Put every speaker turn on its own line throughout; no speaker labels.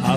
I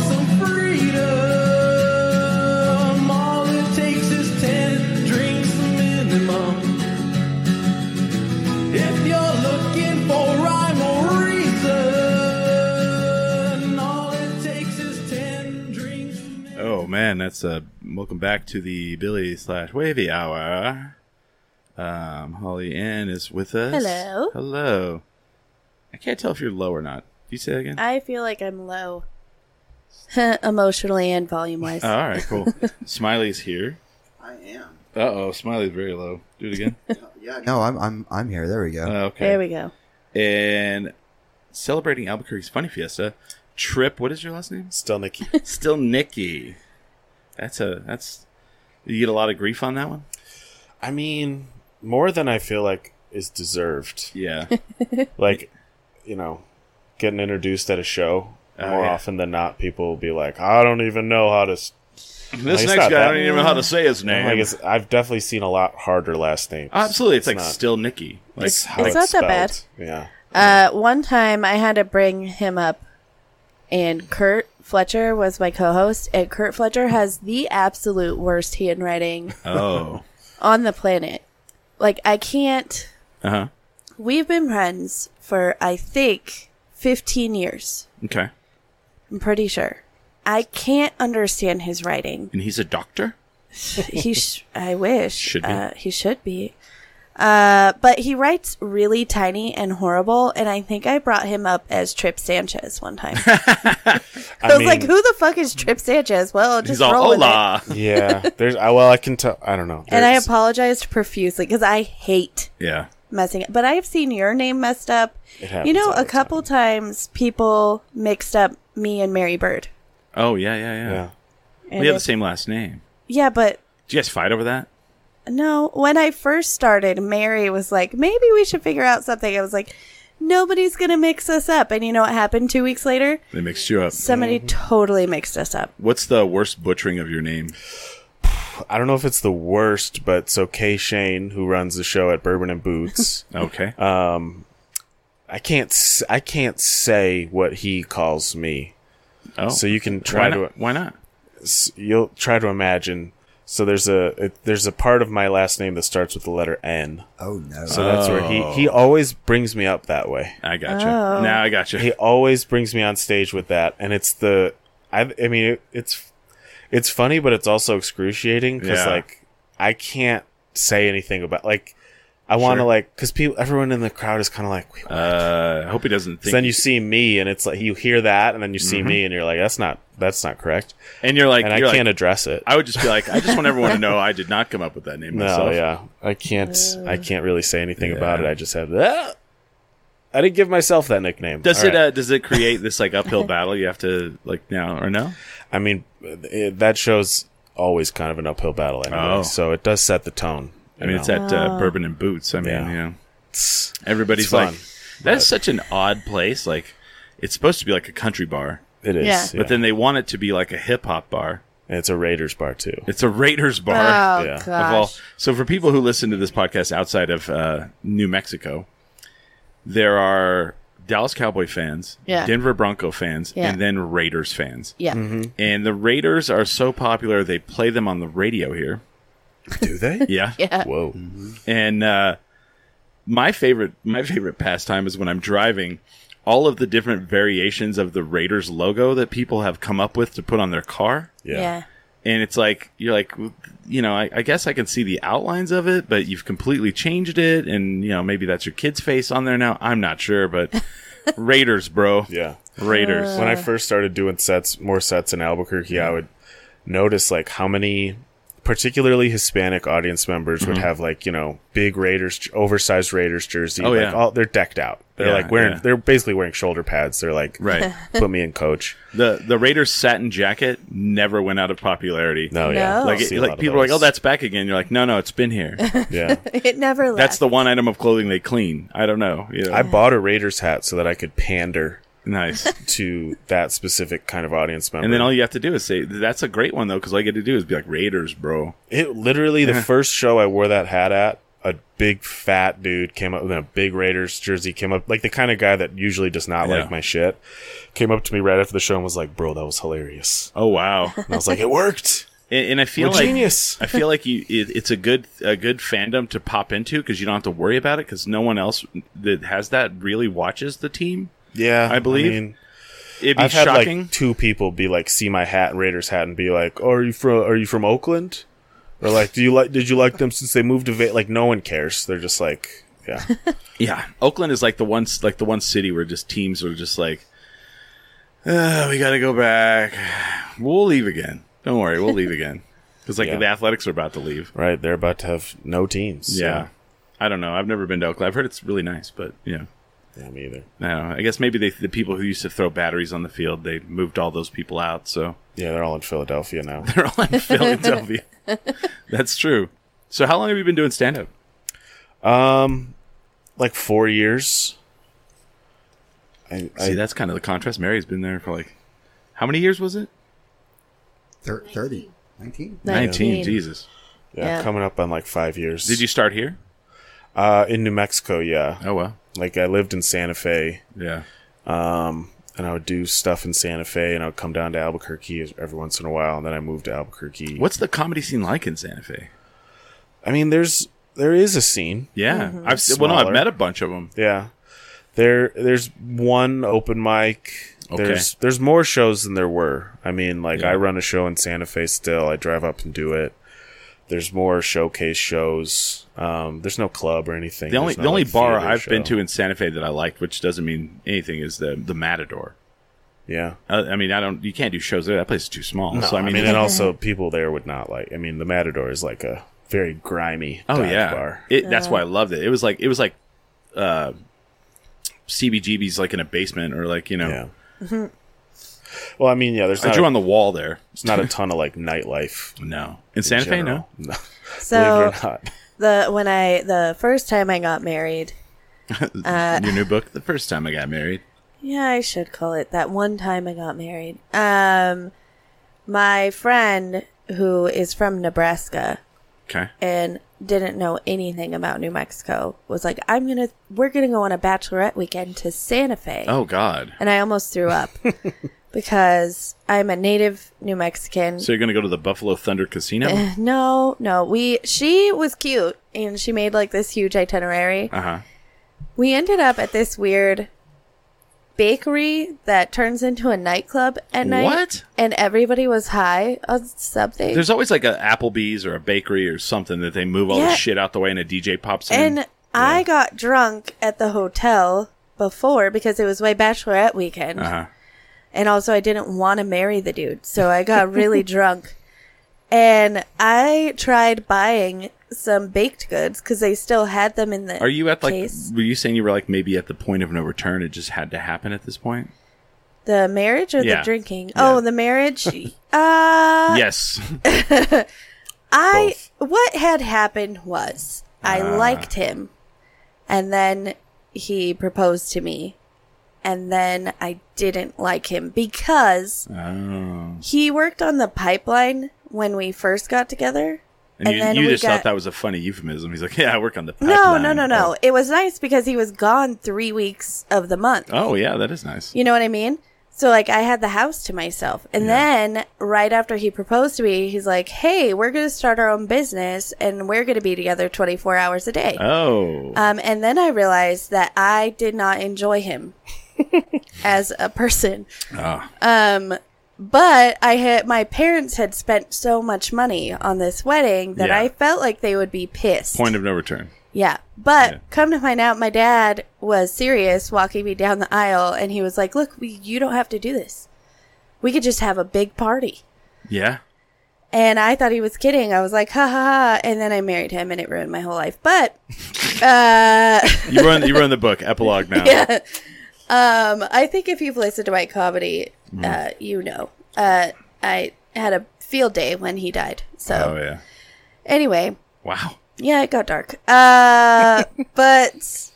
some freedom, all it takes is 10 drinks minimum. If you're looking for rhyme or reason, all it takes is 10 drinks.
Oh man, that's uh welcome back to the Billy slash Wavy Hour. Uh, Um, Holly Ann is with us.
Hello.
Hello. I can't tell if you're low or not. Do you say that again?
I feel like I'm low, emotionally and volume wise.
Oh, all right, cool. Smiley's here.
I am.
Uh oh, Smiley's very low. Do it again.
Yeah.
No, I'm I'm I'm here. There we go.
Uh, okay.
there we go.
And celebrating Albuquerque's Funny Fiesta, Trip. What is your last name?
Still Nikki.
Still Nikki. That's a that's. You get a lot of grief on that one.
I mean, more than I feel like is deserved.
Yeah.
Like, you know, getting introduced at a show
Oh,
more
yeah.
often than not, people will be like, "I don't even know how to." s-"
this
it's
next guy,
not that-
I don't even know how to say his name.
Like, it's, I've definitely seen a lot harder last names.
Absolutely, it's, like
not-
still Nikki. Like,
It's, how
it's not that
spelled. Yeah.
Uh, one time I had to bring him up, and Kurt Fletcher was my co host, and Kurt Fletcher has the absolute worst handwriting
oh,
on the planet. Like, I can't.
uh huh.
We've been friends for, I think, 15 years.
Okay,
I'm pretty sure. I can't understand his writing.
and he's a doctor.
he sh- I wish
Should be.
Uh, he should be. Uh, but he writes really tiny and horrible, and I think I brought him up as Trip Sanchez one time. I,
I,
was
mean,
like, "Who the fuck is Trip Sanchez?" Well, just
He's
roll
all
with it.
hola.
yeah. There's. I, well, I can tell. I don't know.
And I
There's-
apologized profusely because I hate
Yeah,
messing up. But I've seen your name messed up.
It happens
You know,
all the
a couple times people mixed up me and Mary Bird.
Oh yeah, yeah, yeah.
Yeah.
And
We have
it-
the same last name.
yeah, but
Did you guys fight over that?
No, when I first started, Mary was like, maybe we should figure out something. I was like, nobody's going to mix us up. And you know what happened two weeks later?
They mixed you up.
Somebody
Mm-hmm.
totally mixed us up.
What's the worst butchering of your name?
I don't know if it's the worst, but so Kay Shane, who runs the show at Bourbon and Boots,
Okay.
Uh, I can't s- I can't say what he calls me.
oh,
So you can
why
try to uh,
not? Why not?
s- you'll try to imagine. So there's a it, there's a part of my last name that starts with the letter N.
oh no.
So that's where he
Oh.
he always brings me up that way.
I got you. Now I got you.
He always brings me on stage with that, and it's the I I mean it, it's it's funny, but it's also excruciating because
Yeah.
like I can't say anything about like I want to
Sure.
like because people everyone in the crowd is kind of like. "Wait, what?"
Uh, I hope he doesn't think.
So then you see me, and it's like you hear that, and then you see me, and you're like, "That's not that's not correct,"
and you're Mm-hmm. like,
and I
you're like-
can't address it.
I would just be like, I just want everyone to know I did not come up with that name
No,
myself.
yeah, I can't. I can't really say anything about it.
Yeah.
I just have. "Ah!" I didn't give myself that nickname.
Does
All
it
right.
uh, does it create this like uphill battle you have to like now or no?
I mean, it, that show's always kind of an uphill battle anyway.
Oh.
So it does set the tone.
I mean, it's at uh, Bourbon and Boots. I mean,
Yeah.
you know,
it's
everybody's
It's
like,
fun,
that's such an odd place. Like, it's supposed to be like a country bar,
it is.
Yeah.
yeah.
but then they want it to be like a hip hop bar.
And it's a Raiders bar too.
It's a Raiders bar.
Oh,
Yeah.
gosh.
of all. So for people who listen to this podcast outside of uh, New Mexico, there are Dallas Cowboy fans,
Yeah.
Denver Bronco fans,
Yeah.
and then Raiders fans.
yeah.
Mm-hmm.
And the Raiders are so popular they play them on the radio here.
Do they?
Yeah.
Yeah.
Whoa.
And uh, my favorite my favorite pastime is when I'm driving all of the different variations of the Raiders logo that people have come up with to put on their car
Yeah.
Yeah.
and it's like you're like you know I, I guess i can see the outlines of it but you've completely changed it and you know maybe that's your kid's face on there now i'm not sure but raiders bro
Yeah.
raiders
when I first started doing sets, more sets in Albuquerque, I would notice like how many particularly Hispanic audience members
Mm-hmm.
would have like you know big Raiders oversized Raiders jersey.
Oh,
like,
yeah.
all, they're decked out. They're
Yeah,
like wearing.
yeah.
They're basically wearing shoulder pads. They're like,
Right.
put me in, coach.
the the Raiders satin jacket never went out of popularity.
No,
No.
yeah,
Like,
I
it,
see a lot
like
of
people are like,
those.
oh, that's back again. You're like, no, no, it's been here.
yeah.
It never left.
That's the one item of clothing they clean. I don't know. You know?
I bought a Raiders hat so that I could pander
nice.
to that specific kind of audience member.
And then all you have to do is say, that's a great one, though, because all you get to do is be like, Raiders, bro.
It literally
Uh-huh.
the first show I wore that hat at, a big fat dude came up in a big Raiders jersey, came up like the kind of guy that usually does not
Yeah.
like my shit, came up to me right after the show and was like, "Bro, that was hilarious."
Oh, wow.
And I was like, "It worked.
and, and I feel
You're
like.
genius."
I feel like you, it, it's a good a good fandom to pop into because you don't have to worry about it because no one else that has that really watches the team.
Yeah,
I believe.
mean,
It'd be
I've had
shocking.
like two people be like, see my hat, Raiders hat, and be like, oh, "Are you from? Are you from Oakland?" Or like, "Do you like? Did you like them since they moved to Va-? like?" No one cares. They're just like, "Yeah,
Yeah, Oakland is like the one like the one city where just teams are just like, "Ah, we got to go back. We'll leave again. Don't worry, we'll leave again because like
Yeah.
the Athletics are about to leave.
right. They're about to have no teams."
Yeah. I don't know. I've never been to Oakland. I've heard it's really nice, but yeah,
yeah, yeah me either.
I don't know. I guess maybe they, the people who used to throw batteries on the field they moved all those people out, so
Yeah, they're all in Philadelphia now.
they're all in Philadelphia. That's true. So how long have you been doing stand up?
Um, like four years. I,
See,
I
that's kind of the contrast. Mary's been there for like how many years was it?
Thir- 30, 19?
Nineteen.
19.
Jesus.
yeah,
Yeah.
coming up on like five years.
Did you start here?
Uh, in New Mexico, yeah.
Oh well.
Like I lived in Santa Fe,
Yeah.
and I would do stuff in Santa Fe, and I would come down to Albuquerque every once in a while, and then I moved to Albuquerque.
What's the comedy scene like in Santa Fe?
I mean, there's there is a scene.
Yeah, I've well, no, I've
Smaller.
met a bunch of them.
Yeah. There there's one open mic.
Okay.
There's there's more shows than there were. I mean, like
Yeah.
I run a show in Santa Fe still. I drive up and do it. There's more showcase shows. Um, there's no club or anything.
The only
There's no,
the only
like,
bar
theater
I've been
show.
to in Santa Fe that I liked, which doesn't mean anything, is the the Matador.
Yeah.
Uh, I mean, I don't. You can't do shows there. That place is too small. so I mean,
and also people there would not like. I mean, the Matador is like a very grimy
oh
dive
yeah,
bar.
It, that's why I loved it. It was like it was like uh, CBGB's like in a basement or like you know.
Yeah.
Mm-hmm.
well, I mean, yeah, there's
I
not,
drew
a,
on the wall there.
there's not a ton of like nightlife. in
No, in Santa Fe, no.
general. no.
so
Believe it or not.
the when I the first time I got married. Uh,
Your new book. The first time I got married.
Yeah, I should call it that one time I got married. Um my friend who is from Nebraska
Okay.
and didn't know anything about New Mexico was like, "I'm going to we're going to go on a bachelorette weekend to Santa Fe."
Oh God.
And I almost threw up because I'm a native New Mexican.
So you're gonna go to the Buffalo Thunder Casino?
no, no. We she was cute and she made like this huge itinerary.
Uh huh.
We ended up at this weird bakery that turns into a nightclub at night.
What?
And everybody was high on something.
There's always like a Applebee's or a bakery or something that they move all
Yeah.
the shit out the way and a DJ pops in.
and I got drunk at the hotel before because it was my bachelorette weekend.
uh-huh.
And also, I didn't want to marry the dude. So I got really drunk. And I tried buying some baked goods because they still had them in the
Are you at like?
case.
Were you saying you were like maybe at the point of no return? It just had to happen at this point.
the marriage or
Yeah.
the drinking?
Yeah.
Oh, the marriage. uh,
yes.
I what had happened was I
Ah.
liked him, and then he proposed to me, and then I didn't like him because
Oh.
he worked on the pipeline when we first got together.
And,
And
you,
then
you
we
just thought
got-
that was a funny euphemism. He's like, yeah, I work on the
No,
pipeline.
no, no, no. It was nice because he was gone three weeks of the month.
Oh yeah, that is nice.
You know what I mean? So like I had the house to myself. And then right after he proposed to me, he's like, "Hey, we're going to start our own business and we're going to be together 24 hours a day."
Oh.
Um, and then I realized that I did not enjoy him as a person.
ah,
Um, but I had my parents had spent so much money on this wedding that
Yeah.
I felt like they would be pissed.
point of no return.
yeah. But
Yeah.
come to find out, my dad was serious walking me down the aisle, and he was like, "Look, we, you don't have to do this. We could just have a big party."
Yeah.
And I thought he was kidding. I was like, ha ha ha. And then I married him and it ruined my whole life. But, uh,
You run you run the book epilogue now.
yeah. Um, I think if you've listened to my comedy,
Mm.
uh, you know. Uh, I had a field day when he died.
Oh
So,
yeah.
anyway,
Wow.
yeah, it got dark. Uh, but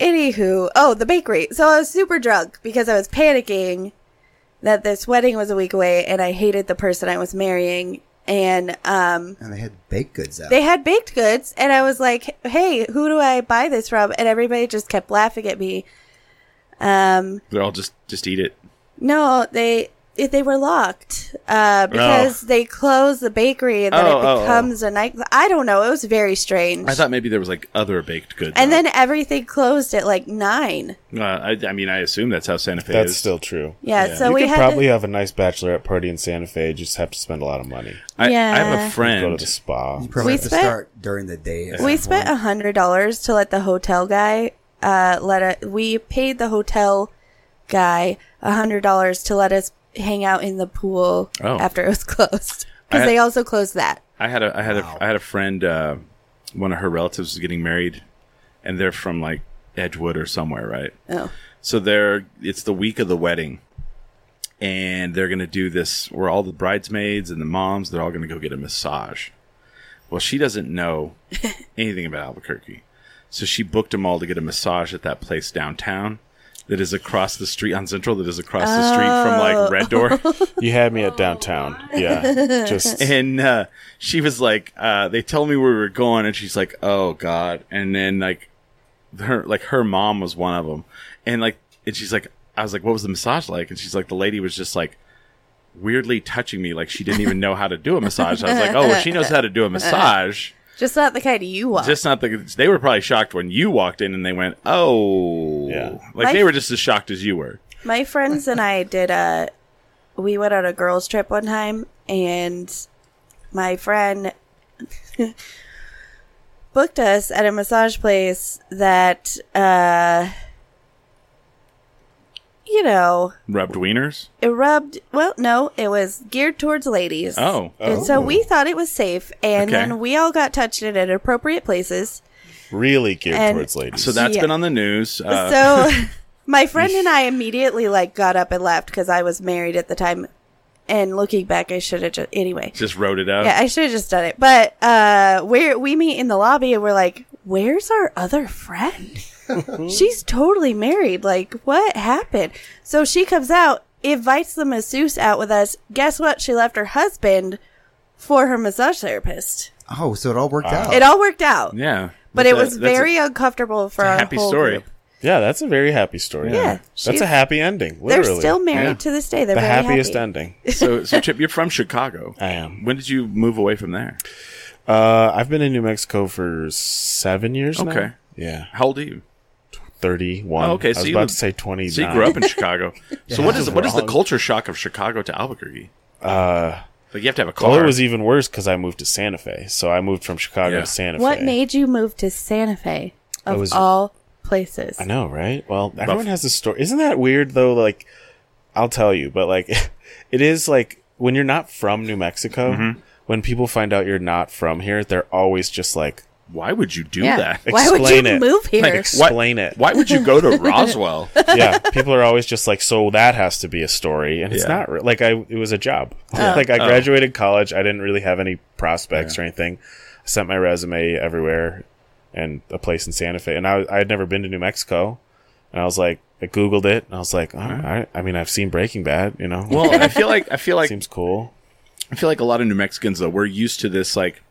anywho, oh, the bakery. So I was super drunk because I was panicking that this wedding was a week away, and I hated the person I was marrying. And um,
And they had baked goods out.
they had baked goods, and I was like, "Hey, who do I buy this from?" And everybody just kept laughing at me. Um,
They're all just just eat it.
no, they it- they were locked uh, because they closed the bakery, and then
Oh, oh,
it
oh.
becomes a night. I don't know. It was very strange.
I thought maybe there was like other baked goods.
And
out.
then everything closed at like nine.
uh, I, I mean, I assume that's how Santa Fe
That's
is.
still true.
Yeah,
Yeah.
so
you
we
could
had
probably
to,
have a nice bachelorette party in Santa Fe. You just have to spend a lot of money.
I, I
Yeah.
have a
Go to
friend.
the spa.
you probably
We
have to
spent-
start during the day. at
we
some
spent
point.
a hundred dollars to let the hotel guy uh let it. We paid the hotel guy a hundred dollars to let us hang out in the pool
Oh.
after it was
I
closed because
had-
they also closed that.
I had a I had
Wow.
a I had a friend. Uh, one of her relatives was getting married, and they're from like Edgewood or somewhere, right?
Oh,
So they're it's the week of the wedding, and they're gonna do this where all the bridesmaids and the moms they're all gonna go get a massage. Well, she doesn't know anything about Albuquerque, so she booked them all to get a massage at that place downtown. That is across the street on Central. That is across the street from like Red Door.
You had me at downtown. Yeah, just
and uh, she was like, uh, they told me where we were going, and she's like, oh god. And then like her like her mom was one of them, and like and she's like, I was like, what was the massage like? And she's like, the lady was just like weirdly touching me, like she didn't even know how to do a massage. I was like, oh, well, she knows how to do a massage.
just not the kind you want.
Just not the. They were probably shocked when you walked in, and they went, "Oh,
Yeah.
Like
My-
they were just as shocked as you were.
My friends and I did a. We went on a girls' trip one time, and my friend booked us at a massage place that, uh, you know,
Rubbed wieners.
it rubbed. Well, no, it was geared towards ladies.
Oh,
And so we thought it was safe, and
Okay.
then we all got touched in at appropriate places.
really geared
And-
towards ladies.
so that's
Yeah.
been on the news. Uh,
so my friend and I immediately like got up and left because I was married at the time. And looking back, I should have just anyway.
just wrote it out.
Yeah, I should have just done it. But uh, where we meet in the lobby, and we're like, "Where's our other friend? She's totally married. Like, what happened?" So she comes out, invites the masseuse out with us. Guess what? She left her husband for her massage therapist.
Oh, so it all worked out.
It all worked out,
Yeah,
but
That's
it
a-
was
that's a-
very uncomfortable for our
happy
whole
story.
group.
yeah, that's a very happy story.
Yeah,
that's
she's-
a happy ending.
They're
Literally,
still married
Yeah.
to this day. They're
the
very
happiest
happy.
ending.
So, so Chip, you're from Chicago.
I am.
When did you move away from there?
Uh, I've been in New Mexico for seven years now.
Okay.
Yeah,
How old are you?
thirty-one.
Oh, okay,
I
so
was
you
about
lived-
to say twenty.
So you grew up in Chicago. So what is what is the
Wrong.
culture shock of Chicago to Albuquerque?
Uh,
Like you have to have a car.
well, it was e- even worse because I moved to Santa Fe. So I moved from Chicago
Yeah.
to Santa Fe.
What made you move to Santa Fe of
was-
all places?
I know, right? Well, everyone has a story. Isn't that weird though? Like, I'll tell you, but like, it is like when you're not from New Mexico,
Mm-hmm.
when people find out you're not from here, they're always just like,
Why would you do
Yeah.
that?
Why would
Explain
you
it.
move here?
Like,
Ex- Explain
why,
it.
Why would you go to Roswell?
yeah. People are always just like, so that has to be a story, and it's
Yeah. Oh.
not re- like I. It was a job. like I graduated college, I didn't really have any prospects or anything. I sent my resume everywhere, and a place in Santa Fe, and I I had never been to New Mexico, and I was like, I googled it, and I was like, oh, I, I mean, I've seen Breaking Bad, you know.
Mm-hmm. well, I feel like I feel like
seems cool.
I feel like a lot of New Mexicans though we're used to this like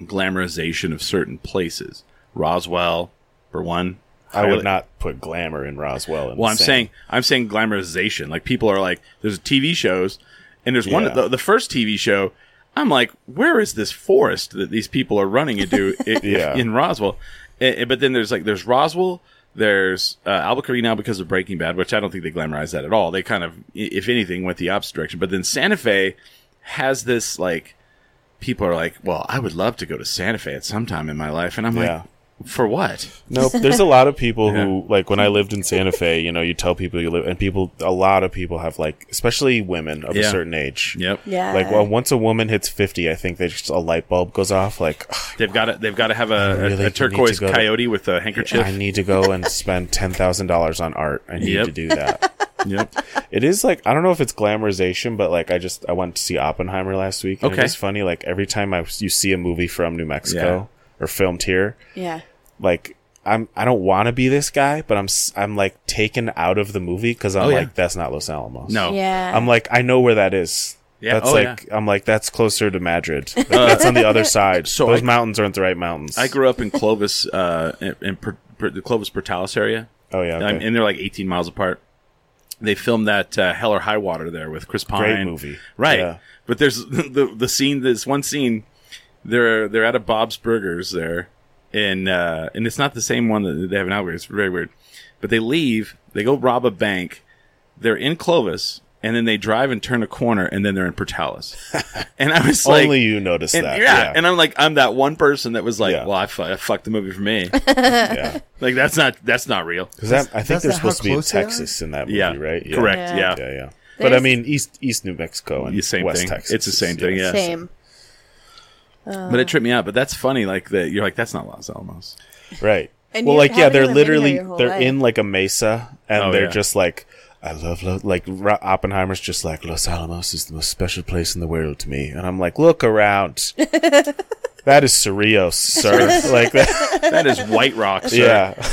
glamorization of certain places. Roswell, for one.
I
Highly-
would not put glamour in Roswell. In
Well,
the
I'm
same.
saying I'm saying glamorization. Like people are like, there's TV shows, and there's one
Yeah.
the, the first TV show. I'm like, where is this forest that these people are running into i-
Yeah.
in Roswell? Eh, eh, but then there's like there's Roswell, there's uh, Albuquerque now because of Breaking Bad, which I don't think they glamorize that at all. They kind of, i- if anything, went the opposite direction. But then Santa Fe has this like people are like, well, I would love to go to Santa Fe at some time in my life, and I'm
Yeah.
like, For what?
Nope. There's a lot of people who like when I lived in Santa Fe, you know, you tell people you live and people a lot of people have like especially women of a
Yeah.
certain age.
Yep.
Yeah.
Like well, once a woman hits 50, I think they just a light bulb goes off like "Ugh,
They've got to they've got to have a, a-
really
a
need to
turquoise
go to-
coyote with a handkerchief.
I need to go and spend $10,000 on art. I need
Yep.
to do that.
yep.
it is like I don't know if it's glamorization, but like I just I went to see Oppenheimer last week. And
Okay.
It was funny like every time I you see a movie from New Mexico or filmed here,
yeah.
like I'm I don't want to be this guy, but I'm s- I'm like taken out of the movie because I'm
Oh, yeah.
like that's not Los Alamos.
No.
Yeah.
I'm like I know where that is.
Yeah,
that's
oh,
like I'm like that's closer to Madrid. Like, that's on the other side.
so
those
I-
mountains aren't the right mountains.
I grew up in Clovis, uh, in, in per, per, the Clovis Portalis area.
Oh, yeah, okay.
Um, and they're like 18 miles apart. They filmed that uh, Hell or High Water there with Chris Pine.
movie.
right?
Yeah.
But there's the the scene. There's one scene. They're they're at a Bob's Burgers there, and uh, and it's not the same one that they have now. It's very weird. But they leave. They go rob a bank. They're in Clovis, and then they drive and turn a corner, and then they're in Portales. and I was like,
Only you notice
and-
that.
yeah. and I'm like, I'm that one person that was like,
Yeah.
well, I, fu- I fucked the movie for me.
yeah.
like that's not that's not real.
'Cause that- I
That's
think they're
not how
supposed to be in
close they are?
Texas in that movie,
Yeah,
right?
correct.
Yeah.
Yeah,
Yeah, yeah. But I
There's-
mean, East East New Mexico and
Yeah, same
West
thing.
Texas.
It's the same thing. Yeah,
Same.
but it tripped me out. But that's funny. Like that, you're like, that's not Los Alamos.
Right.
And
well,
you
like yeah,
haven't
they're
even been here
literally
your whole
they're
life.
in like a mesa, and
Oh,
they're
yeah.
just like, I love, love like Ra- Oppenheimer's just like Los Alamos is the most special place in the world to me, and I'm like, look around. that is Cerrillos, sir. like that,
That is White Rock. Sir.
yeah.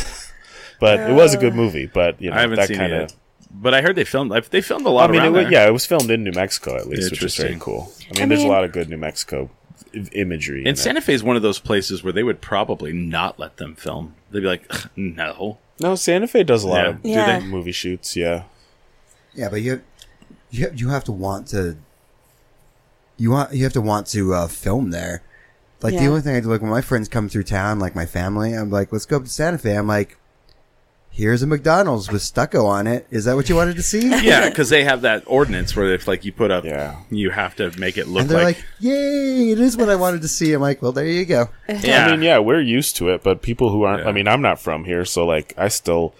but it was a
Uh,
good movie, but you know
I haven't
that
seen
kind
it.
of.
yet. But I heard they filmed. like, They filmed a
I
lot.
mean, it
around
was,
there.
yeah, it was filmed in New Mexico at least, which is very
Interesting.
cool. I mean,
I
there's a
mean-
lot of good New Mexico i- imagery. in
And
it.
Santa Fe is one of those places where they would probably not let them film. They'd be like, "Ugh, no.
no, Santa Fe does a lot
Yeah.
of
Do they?
do they? movie shoots. Yeah,
Yeah, but you have, you have, you have to want to you want you have to want to uh, film there. Like the
Yeah.
only thing I do, like when my friends come through town, like my family, I'm like, let's go up to Santa Fe. I'm like, here's a McDonald's with stucco on it. Is that what you wanted to see?
Yeah, because they have that ordinance where if like you put up,
Yeah.
you have to make it look
and they're
like,
like, yay, it is what I wanted to see. I'm like, well, there you go.
yeah,
I mean, yeah, we're used to it, but people who aren't,
Yeah.
I mean, I'm not from here, so like, I still,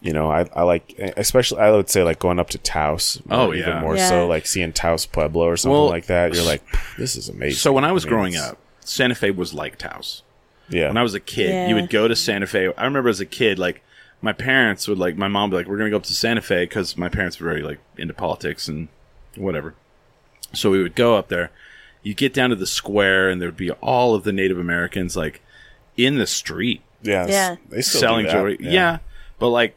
you know, I, I like, e, especially, I would say like going up to Taos.
Oh,
or Even
yeah.
more
Yeah.
so, like seeing Taos Pueblo or something
Well,
like that. You're like, this is amazing.
So when I was
mean,
growing
it's-
up, Santa Fe was like Taos.
yeah.
When I was a kid,
Yeah.
you would go to Santa Fe. I remember as a kid, like my parents would like my mom would be like, "We're gonna go up to Santa Fe" because my parents were very like into politics and whatever. So we would go up there. You get down to the square, and there'd be all of the Native Americans like in the street
yeah, s-
Yeah.
they still do
selling
that,
jewelry. Yeah. but like,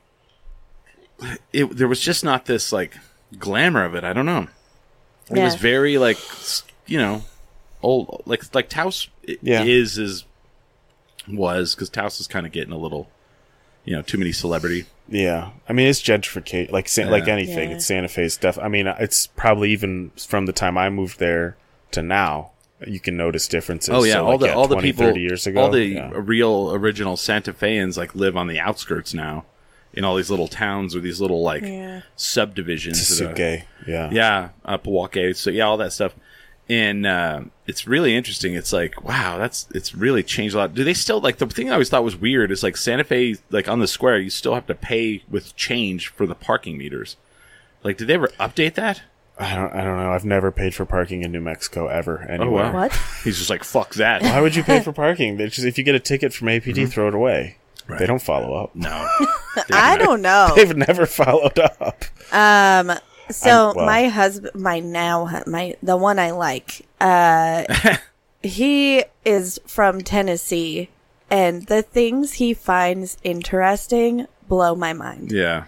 it there was just not this like glamour of it. I don't know. It
Yeah.
was very like s- you know old like like Taos i-
Yeah.
is is was because Taos is kind of getting a little you know too many celebrity.
Yeah, I mean it's gentrification, like San- like
Yeah.
anything.
Yeah.
It's Santa Fe's stuff. I mean, it's probably even from the time I moved there to now, you can notice differences.
Oh yeah,
So,
all
like,
the all the
20,
people
30 years ago,
all the
yeah.
real original Santa Feans like live on the outskirts now in all these little towns or these little like
Yeah.
subdivisions. that are-
Tsuke, yeah,
yeah up walkie so yeah all that stuff and uh, it's really interesting it's like wow that's it's really changed a lot do they still like the thing i always thought was weird is like santa fe like on the square you still have to pay with change for the parking meters like did they ever update that
I don't, I don't know. I've never paid for parking in New Mexico ever anywhere.
Oh, wow.
What?
he's just like fuck that
Why would you pay for parking? They're just, if you get a ticket from APD, throw it away. They don't follow up.
Mm-hmm. no
I don't know.
They've never followed up.
Um. So
I'm- well-
my husband, my now hu- my the one I like, uh, he is from Tennessee, and the things he finds interesting blow my mind.
yeah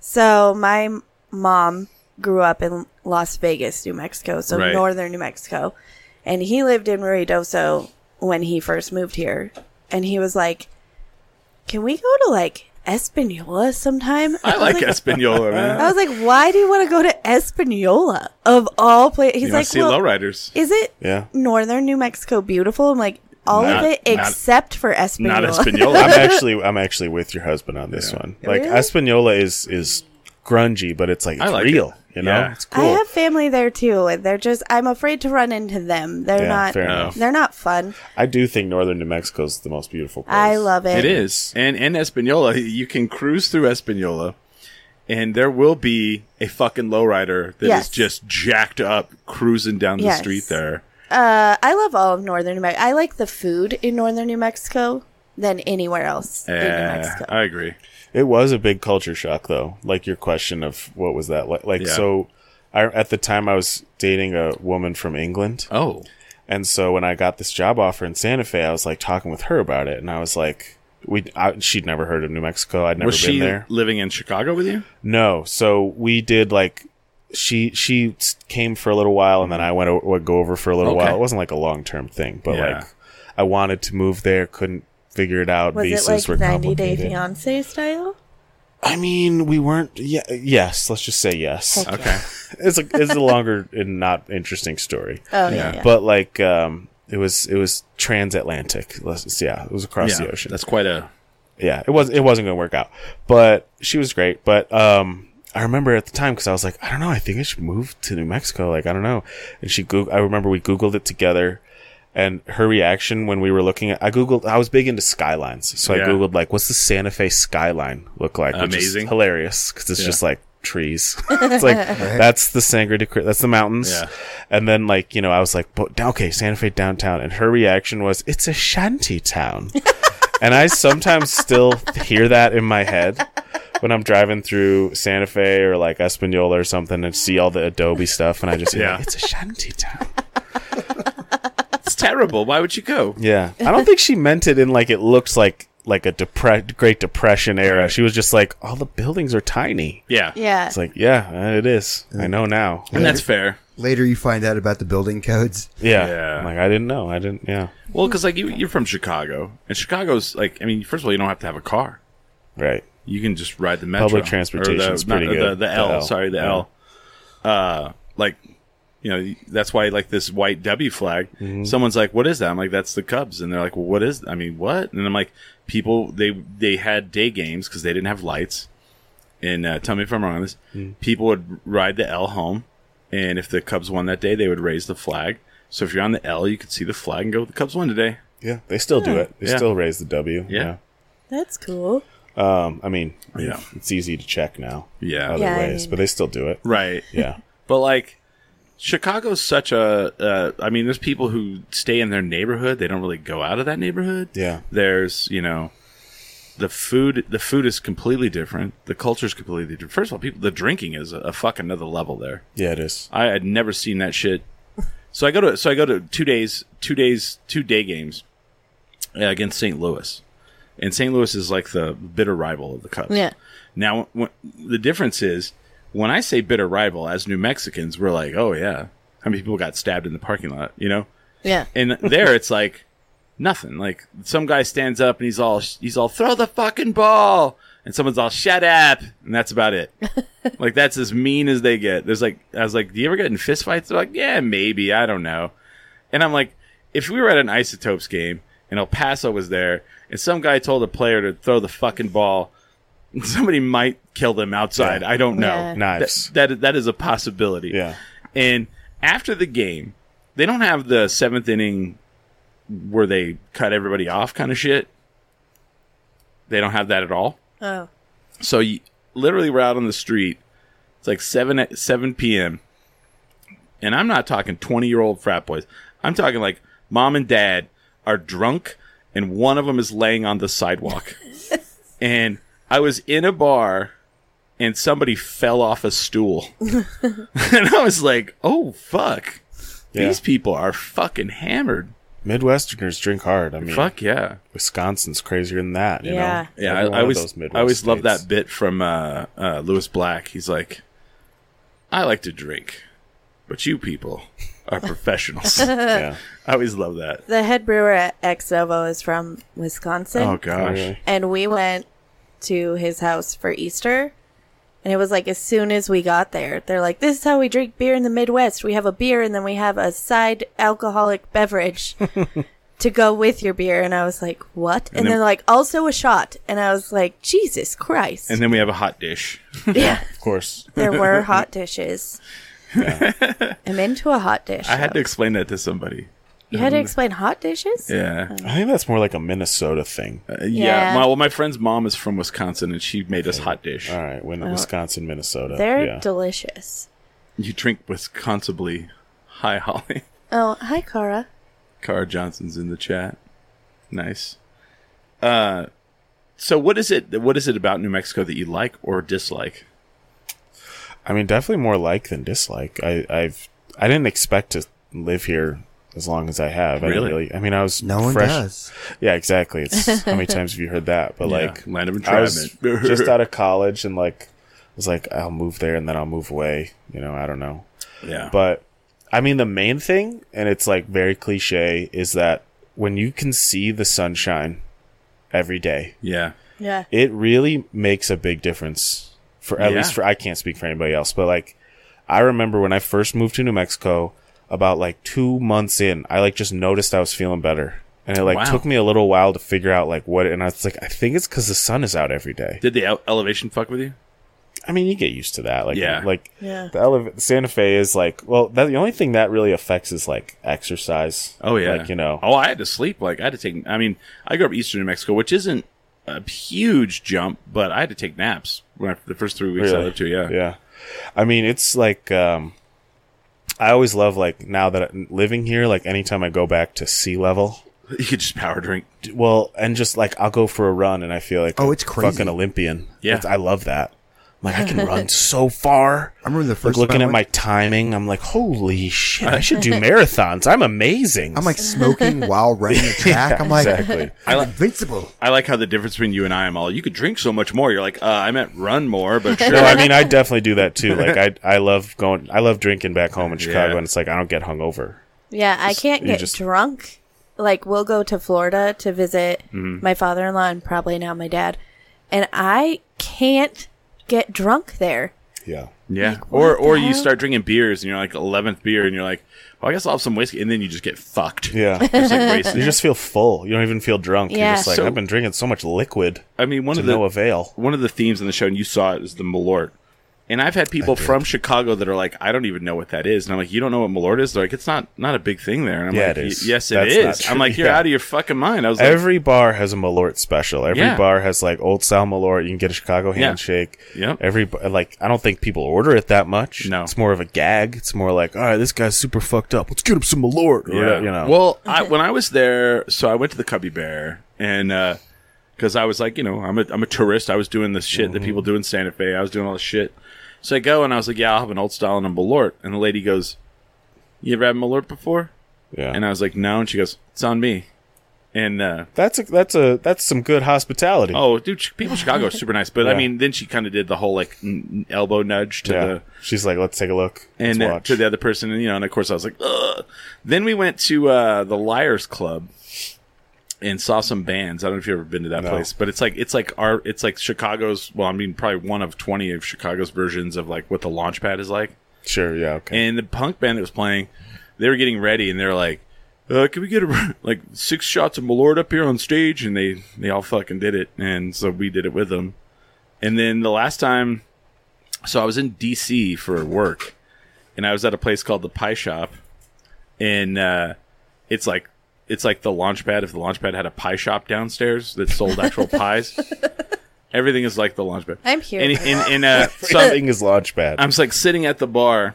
So my m- mom grew up in Las Vegas, New Mexico, so
Right.
northern New Mexico, and he lived in Ruidoso when he first moved here, and he was like, "Can we go to like Espanola sometime?"
i like espanola man
I was like, why do you want to go to Espanola of all places? He's
you want
like,
to see
well,
lowriders
is it
Yeah.
northern New Mexico beautiful? I'm like, all
Not-
of it
not-
except for Espanola.
not
I'm
espanola
actually I'm actually with your husband on this one. Like
Really?
Espanola is is grungy, but it's like it's
I like
real.
it.
You know,
Yeah.
it's
I
cool.
have family there too, and they're just I'm afraid to run into them. They're
Yeah,
not
fair enough.
they're not fun.
I do think northern New Mexico is the most beautiful place.
I love it.
It is. And in Espanola, you can cruise through Espanola and there will be a fucking lowrider that is
Yes.
just jacked up cruising down the
Yes.
street there.
Uh, I love all of northern New Mexico. I like the food in northern New Mexico than anywhere else in New
Yeah,
Mexico.
I agree.
It was a big culture shock, though. Like your question of what was that like? Like
Yeah.
so, I at the time I was dating a woman from England,
Oh.
and so when I got this job offer in Santa Fe, I was like talking with her about it, and I was like, we I, she'd never heard of New Mexico. I'd never
Was
been
she
there.
living in Chicago with you?
No, so we did like she she s- came for a little while, and then I went o- would go over for a little
Okay.
while. It wasn't like a long term thing, but
Yeah.
like I wanted to move there, couldn't figure it out.
Was
Visas
it like
were
90
complicated.
Day Fiance style?
I mean, we weren't. Yeah, yes. Let's just say yes.
Okay.
it's a it's a longer and not interesting story,
Oh yeah. yeah.
but like um, it was it was transatlantic. Let's yeah, it was across the ocean
That's quite a
yeah, it was it wasn't gonna work out. But she was great. But um, I remember at the time because I was like, I don't know, I think I should move to New Mexico. Like I don't know. And she Goog- I remember we Googled it together, and her reaction when we were looking at I Googled I was big into skylines, so
Yeah.
I Googled like, what's the Santa Fe skyline look like? Which is
Amazing.
hilarious because it's
Yeah.
just like trees. it's like that's the Sangre de Cri- that's the mountains.
Yeah.
And then like you know I was like, but okay, Santa Fe downtown, and her reaction was, it's a shanty town. And I sometimes still hear that in my head when I'm driving through Santa Fe or like Espanola or something and see all the Adobe stuff. And I just hear,
Yeah.
like, it's a shanty town.
It's terrible. Why would you go?
Yeah. I don't think she meant it in like it looks like like a depre- Great Depression era. She was just like, all the buildings are tiny.
Yeah.
yeah.
It's like, yeah, uh, it is. I know now.
And that's fair.
Later, you find out about the building codes.
Yeah.
Yeah.
Like, I didn't know. I didn't, yeah.
Well, because like you, you're from Chicago, and Chicago's like, I mean, first of all, you don't have to have a car.
Right.
You can just ride the metro.
Public
or
transportation's
the, not-
pretty good.
The, the L,
The L.
sorry, the
Yeah.
L. Uh, like, you know, that's why like this white W flag.
Mm-hmm.
Someone's like, "What is that?" I'm like, "That's the Cubs," and they're like, "Well, what is?" I mean, what? And I'm like, people they they had day games because they didn't have lights. And uh, tell me if I'm wrong on this.
Mm-hmm.
People would ride the L home, and if the Cubs won that day, they would raise the flag. So if you're on the L, you could see the flag and go, "The Cubs won today."
Yeah. They still do it. They
Yeah.
still raise the W.
Yeah.
That's cool.
yeah. Um, I mean,
Yeah.
it's easy to check now.
Yeah.
Other
Yeah, I
ways,
mean-
but they still do it.
Right.
Yeah.
But like Chicago's such a uh, I mean there's people who stay in their neighborhood, they don't really go out of that neighborhood.
Yeah.
There's, you know, the food the food is completely different. The culture's completely different. First of all, people the drinking is a, a fuck another level there.
Yeah, it is.
I had never seen that shit. So I go to so I go to two days, two days, two day games uh, against St. Louis. And St. Louis is like the bitter rival of the Cubs.
Yeah.
Now, wh- the difference is when I say bitter rival, as New Mexicans, we're like, oh, yeah. How many people got stabbed in the parking lot, you know?
Yeah.
And there it's like nothing. Like some guy stands up and he's all, he's all, throw the fucking ball. And someone's all, shut up. And that's about it. like that's as mean as they get. There's like, I was like, do you ever get in fistfights? They're like, yeah, maybe. I don't know. And I'm like, if we were at an Isotopes game and El Paso was there and some guy told a player to throw the fucking ball, somebody might kill them outside. I don't know.
Yeah.
Knives.
That, that that is a possibility.
Yeah.
And after the game, they don't have the seventh inning where they cut everybody off kind of shit. They don't have that at all.
Oh.
So you, literally, we're out on the street. It's like seven at seven p.m. And I'm not talking twenty year old frat boys. I'm talking like mom and dad are drunk, and one of them is laying on the sidewalk. and I was in a bar, and somebody fell off a stool, and I was like, "Oh fuck."
Yeah.
These people are fucking hammered.
Midwesterners drink hard. I mean,
Fuck yeah.
Wisconsin's crazier than that. You
Yeah.
know?
Yeah, I,
Every one
I
of
always,
those Midwest
I always love
states.
that bit from uh, uh, Lewis Black. He's like, I like to drink, but you people are professionals. I
Yeah.
always love that.
The head brewer at Ex Novo is from Wisconsin.
Oh gosh,
Really?
and we went to his house for Easter. And it was like as soon as we got there, they're like, "This is how we drink beer in the Midwest. We have a beer, and then we have a side alcoholic beverage." to go with your beer. And I was like, what? And,
then-
they're like, also a shot. And I was like, Jesus Christ.
And then we have a hot dish.
yeah.
Of course.
There were hot dishes. I'm into a hot dish.
I had to
though.
explain that to somebody.
You had to explain hot dishes?
Yeah.
I think that's more like a Minnesota thing.
Uh, yeah.
Yeah.
My, well, my friend's mom is from Wisconsin and she made us hot dish.
All right, when Wisconsin, Minnesota.
They're
yeah.
delicious.
You drink Wisconsinably. Hi, Holly.
Oh, hi, Cara.
Cara Johnson's in the chat. Nice. Uh, so what is it? What is it about New Mexico that you like or dislike?
I mean, definitely more like than dislike. I, I've I didn't expect to live here as long as I have. I didn't
Really?
really? I mean, I was
No one
fresh.
does.
Yeah, exactly. It's how many times have you heard that? But like,
Yeah, land of
I was
entrapment.
just out of college and like was like, I'll move there and then I'll move away. You know, I don't know.
Oh. Yeah,
But I mean, the main thing, and it's like very cliche, is that when you can see the sunshine every day,
yeah,
Yeah.
it really makes a big difference for at
Yeah.
least for I can't speak for anybody else, but like I remember when I first moved to New Mexico, about like two months in, I like just noticed I was feeling better. And it like
Wow.
took me a little while to figure out like what, and I was like, I think it's because the sun is out every day.
Did the ele- elevation fuck with you?
I mean, you get used to that. Like,
Yeah.
like
Yeah.
the elev- Santa Fe is like, well, that, the only thing that really affects is like exercise.
Oh yeah,
like you know,
Oh, I had to sleep. Like I had to take. I mean, I grew up eastern New Mexico, which isn't a huge jump, but I had to take naps when I, the first three weeks I lived here. Yeah,
yeah. I mean, it's like um, I always love like now that I'm living here, like anytime I go back to sea level,
you could just power drink.
d- well, and just like I'll go for a run and I feel like
Oh,
a
it's crazy.
fucking Olympian.
Yeah.
It's- I love that. I'm like I can run so far.
I remember the
Like
first
looking
time I
at my
went-
timing, I'm like, holy shit! I should do marathons. I'm amazing.
I'm like smoking while running the track. I'm like
exactly.
I'm invincible.
I like how the difference between you and I am all. You could drink so much more. You're like, uh, I meant run more, but sure.
No, I mean I definitely do that too. Like I, I love going. I love drinking back home in Chicago, and it's like I don't get hungover.
Yeah, I can't
you
get
just-
drunk. Like, we'll go to Florida to visit
Mm-hmm.
my father in law and probably now my dad. And I can't get drunk there.
Yeah.
Yeah,
what
or
the
or you
hell?
start drinking beers and you're like eleventh beer and you're like, well, I guess I'll have some whiskey, and then you just get fucked.
Yeah.
It's like wasted.
You just feel full. You don't even feel drunk. You're
Yeah.
just like,
So-
I've been drinking so much liquid
I mean, one
to
of the
no avail.
one of the themes in the show, and you saw it, is the Malort. And I've had people from Chicago that are like, I don't even know what that is, and I'm like, you don't know what Malort is? They're like, it's not not a big thing there. And I'm
Yeah,
like,
it
"Y-
is.
Yes, it
That's
is."
not true.
I'm like, you're
Yeah.
out of your fucking mind. I was like,
Every bar has a Malort special. Every
Yeah.
bar has like Old Style Malort. You can get a Chicago handshake.
Yep.
Every ba- like, I don't think people order it that much.
No.
It's more of a gag. It's more like, all right, this guy's super fucked up. Let's get him some Malort. Or,
Yeah.
You know.
Well, I, when I was there, so I went to the Cubby Bear, and because I was like, you know, I'm a I'm a tourist. I was doing the shit that
Mm.
people do in Santa Fe. I was doing all this shit. So I go and I was like, yeah, I'll have an old style and a Malort. And the lady goes, "You ever had Malort before?"
yeah.
And uh, I was like, "No." And she goes, "It's on me." And uh,
that's a, that's a that's some good hospitality.
oh, dude, Ch- people in Chicago are super nice. But I
Yeah.
mean, then she kind of did the whole like n- elbow nudge to
yeah.
the
She's like, let's take a look.
and
let's
uh,
watch.
to the other person, and you know, and of course I was like, Ugh. then we went to uh, the Liars Club and saw some bands. I don't know if you've ever been to that
No.
place, but it's like it's like our it's like Chicago's. Well, I mean, probably one of twenty of Chicago's versions of like what the Launchpad is like.
sure. Yeah. Okay.
And the punk band that was playing, they were getting ready, and they're like, uh, "Can we get a, like six shots of Malord up here on stage?" And they they all fucking did it, and so we did it with them. And then the last time, so I was in D.C. for work, and I was at a place called the Pie Shop, and uh, it's like it's like the Launchpad. If the Launchpad had a pie shop downstairs that sold actual pies, everything is like the Launchpad.
I'm here
And,
for
and, and uh, so,
Something is launchpad.
I'm just like sitting at the bar,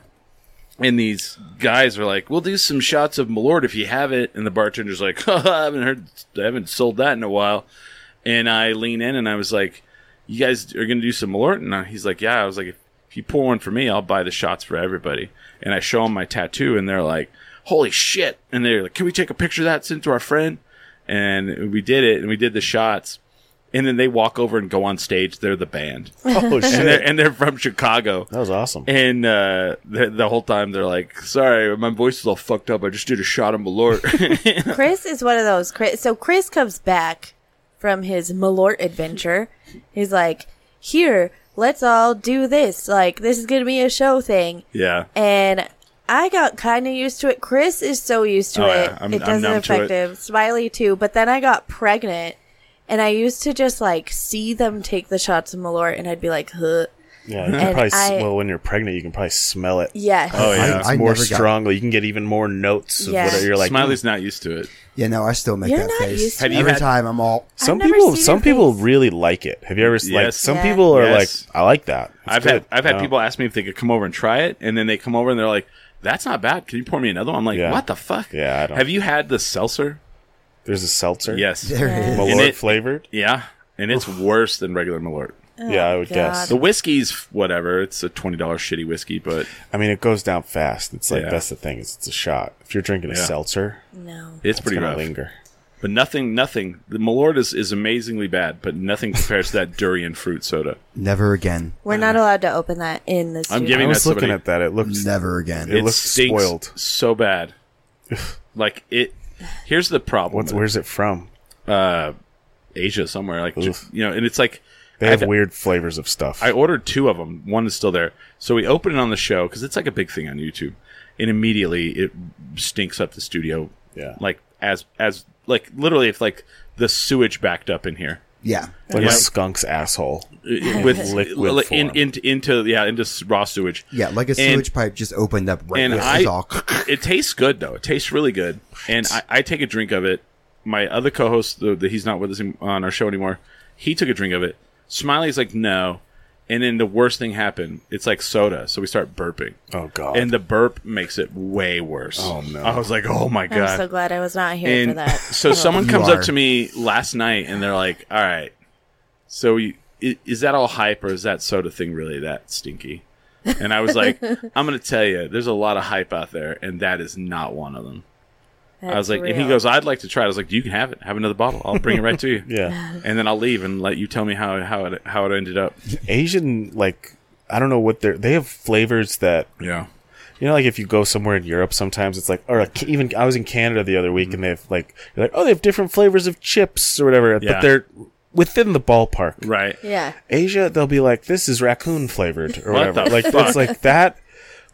and these guys are like, "We'll do some shots of Malort if you have it." And the bartender's like, "I haven't heard, I haven't sold that in a while." And I lean in and I was like, "You guys are gonna do some Malort?" And I- he's like, "Yeah." I was like, "If you pour one for me, I'll buy the shots for everybody." And I show them my tattoo, and they're like, "Holy shit!" And they're like, "Can we take a picture of that send it to our friend?" And we did it, and we did the shots. And then they walk over and go on stage. They're the band,
oh
and
shit.
they're, and they're from Chicago.
That was awesome.
And uh, the, the whole time they're like, "Sorry, my voice is all fucked up. I just did a shot of Malort."
Chris is one of those. Chris, so Chris comes back from his Malort adventure. He's like, "Here, let's all do this. Like, this is gonna be a show thing."
yeah,
And I got kind of used to it. Chris is so used to
Oh,
it.
yeah. I'm-
it
I'm
doesn't
numb to it.
affect him. Smiley too. But then I got pregnant and I used to just like see them take the shots of Malort and I'd be like, huh.
Yeah,
And
you can probably s
I-
well when you're pregnant, you can probably smell it.
Yes.
Oh, yeah.
it's
I
more
never got-
strongly. You can get even more notes. Of
Yeah.
whatever you're like. "Hmm,
Smiley's not used to it.
Yeah, no, I still make
You're
that
not
face
used to
Have you
every
had-
time. I'm all
Some
I've never
people,
seen
some
your
people
face.
really like it. Have you ever s- like?
Yes.
Some
Yeah.
people are
Yes.
like, I like that. It's
I've
good.
had I've had
Yeah.
people ask me if they could come over and try it, and then they come over and they're like, "That's not bad. Can you pour me another one?" I'm like,
Yeah.
"What the fuck?"
Yeah, I don't-
Have you had the seltzer?
There's a seltzer.
Yes.
there it is.
And
Malort
it-
flavored.
Yeah, and it's worse than regular Malort.
yeah, I would
Oh God.
guess.
The whiskey's whatever. It's a twenty dollar shitty whiskey, but
I mean, it goes down fast. It's like
Yeah.
that's the thing. Is it's a shot. If you're drinking a
Yeah.
seltzer,
No.
it's
it's
pretty
gonna
rough.
linger.
But nothing, nothing. The Malort is, is amazingly bad, but nothing compares to that durian fruit soda.
Never again.
We're not allowed to open that in this.
I'm
studio.
giving
I
mean,
was
that's
looking
somebody-
at that. It looks.
Never again.
It
It
looks
stinks
spoiled.
so bad. like it. Here's the problem.
What's where's it from?
uh, Asia somewhere? Like
Oof.
you know, and it's like
They have
I've-
weird flavors of stuff.
I ordered two of them. One is still there. So we open it on the show because it's like a big thing on YouTube, and immediately it stinks up the studio.
Yeah.
like as as like literally if like the sewage backed up in here
Yeah.
like
Yeah.
a skunk's asshole.
It- with
liquid
like, in,
form.
in, into yeah into s- raw sewage.
Yeah, like a
And-
sewage pipe just opened up right
and
now.
I-
It's all-
it tastes good though. It tastes really good, and I, I take a drink of it. My other co-host, the, the, he's not with us in- on our show anymore. He took a drink of it. Smiley's like no, and then the worst thing happened. It's like soda, so we start burping,
Oh god.
and the burp makes it way worse.
Oh, no.
I was like, oh my
I'm
god.
so glad I was not here for
and
that.
so someone
You
comes
are.
up to me last night, and they're like, all right, so you, i- is that all hype, or is that soda thing really that stinky? And I was like, I'm going to tell you, there's a lot of hype out there, and that is not one of them. I was
That's
like, and he
real.
goes, I'd like to try it. I was like, you can have it. Have another bottle. I'll bring it right to you.
yeah.
And then I'll leave and let you tell me how, how it how it ended up.
Asian like I don't know what they're they have flavors that
Yeah.
you know like if you go somewhere in Europe sometimes it's like or like, even I was in Canada the other week and they have like you're like oh they have different flavors of chips or whatever
Yeah.
but they're within the ballpark.
Right.
Yeah.
Asia they'll be like this is raccoon flavored or
What
whatever
the
like
fuck?
it's like that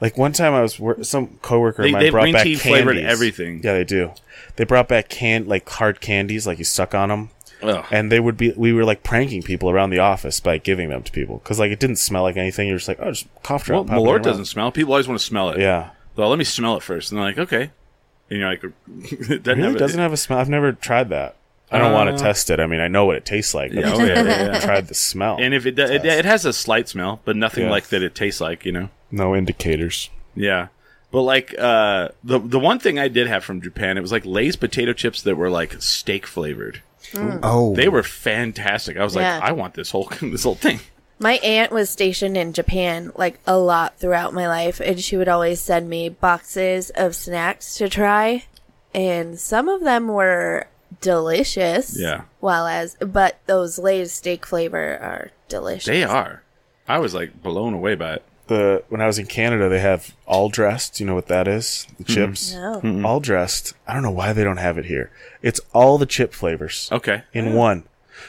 like one time I was wor- some coworker
They-
of mine
they have
brought
green
back
tea
candies.
flavored everything.
Yeah, they do. They brought back can like hard candies like you suck on them
Ugh.
and they would be we were like pranking people around the office by giving them to people because like it didn't smell like anything you're just like oh just cough
well,
drop pop it in your
Malort
mouth.
doesn't smell. People always want to smell it.
yeah
Well, let me smell it first. And they're like, okay. And you're like, it doesn't
it really
have a-
doesn't have a smell i've never tried that i don't want
Uh,
to test it i mean i know what it tastes like but
Yeah,
I've
oh, yeah,
never
yeah, yeah.
tried the smell
And if it does, it, it has a slight smell, but nothing
Yeah.
like that it tastes like, you know?
no indicators
Yeah. But like uh, the the one thing I did have from Japan, it was like Lay's potato chips that were like steak flavored.
oh,
They were fantastic. I was
Yeah.
like, I want this whole this whole thing.
My aunt was stationed in Japan like a lot throughout my life, and she would always send me boxes of snacks to try. And some of them were delicious.
Yeah.
While as, but those Lay's steak flavor are delicious.
They are. I was like blown away by it.
the when i was in canada they have all dressed you know what that is
Mm-hmm.
the chips
No.
all dressed i don't know why they don't have it here it's all the chip flavors
Okay.
in one.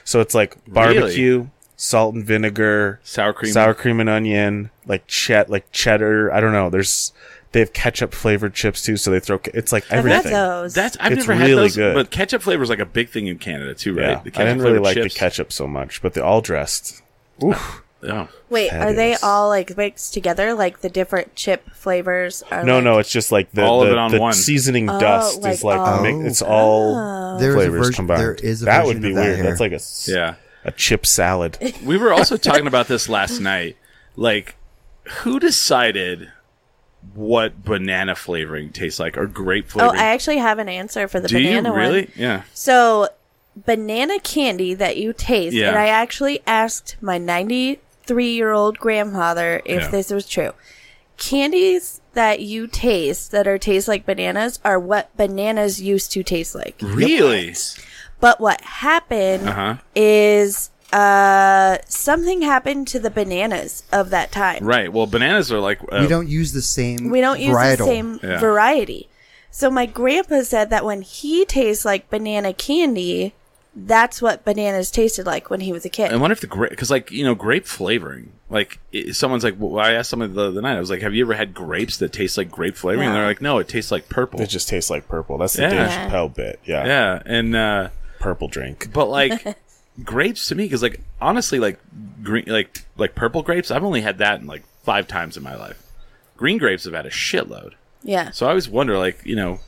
So it's like barbecue, salt and vinegar,
Sour cream.
sour cream and onion, like chet, like cheddar. I don't know. There's they have ketchup flavored chips too, so they throw. ca- It's like
I've had
everything.
those.
That's I've
It's
never had
really
those,
good.
but ketchup flavor is like a big thing in Canada too, right?
Yeah,
The
I
ketchup
didn't really
flavored
like
chips.
the ketchup so much, but the all dressed. Oof.
Oh.
Wait, are they
Fabulous.
all like mixed together? Like the different chip flavors are.
No,
like-
no, it's just like the
All of
the,
it on
the
one.
seasoning
Oh,
dust
like
is like
all-
mi- it's all
There is a
flavors
version-
combined.
there is a
that
version
would be
of that
weird.
here.
That's like a s-
Yeah.
a chip salad.
we were also talking about this last night. Like, who decided what banana flavoring tastes like or grape
Oh,
flavoring?
I actually have an answer for the
Do you
banana one.
really? Yeah.
So, banana candy that you taste,
Yeah.
and I actually asked my 93 year old grandfather if
Yeah.
this was true. Candies that you taste that are taste like bananas are what bananas used to taste like.
Really?
But what happened
Uh huh.
is uh something happened to the bananas of that time.
Right. Well, bananas are like uh,
we don't use the same.
We don't use the
varietal.
same
Yeah.
variety. So my grandpa said that when he tastes like banana candy, that's what bananas tasted like when he was a kid.
I wonder if the grape, because like you know, grape flavoring. Like i someone's like, well, I asked someone the other night. I was like, "Have you ever had grapes that taste like grape flavoring?" And
No.
they're like, "No, it tastes like purple."
It just tastes like purple. That's the
Yeah.
Dave
Yeah.
Chappelle bit. Yeah.
yeah, and uh,
Purple drink.
but like grapes to me, because like honestly, like green, like like purple grapes, I've only had that in like five times in my life. Green grapes have had a shitload.
yeah.
So I always wonder, like you know,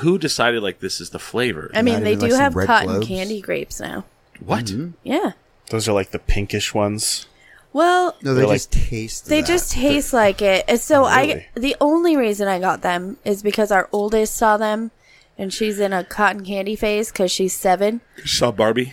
who decided like this is the flavor?
I mean,
Not
they
even, like,
do
some
have
red
cotton
globes?
candy grapes now.
what?
Mm-hmm.
Yeah.
Those are like the pinkish ones.
Well,
No, they
They're like-
just taste.
they
that.
just taste like it. And So
Really?
I the only reason I got them is because our oldest saw them and she's in a cotton candy phase cuz she's 7.
Saw Barbie.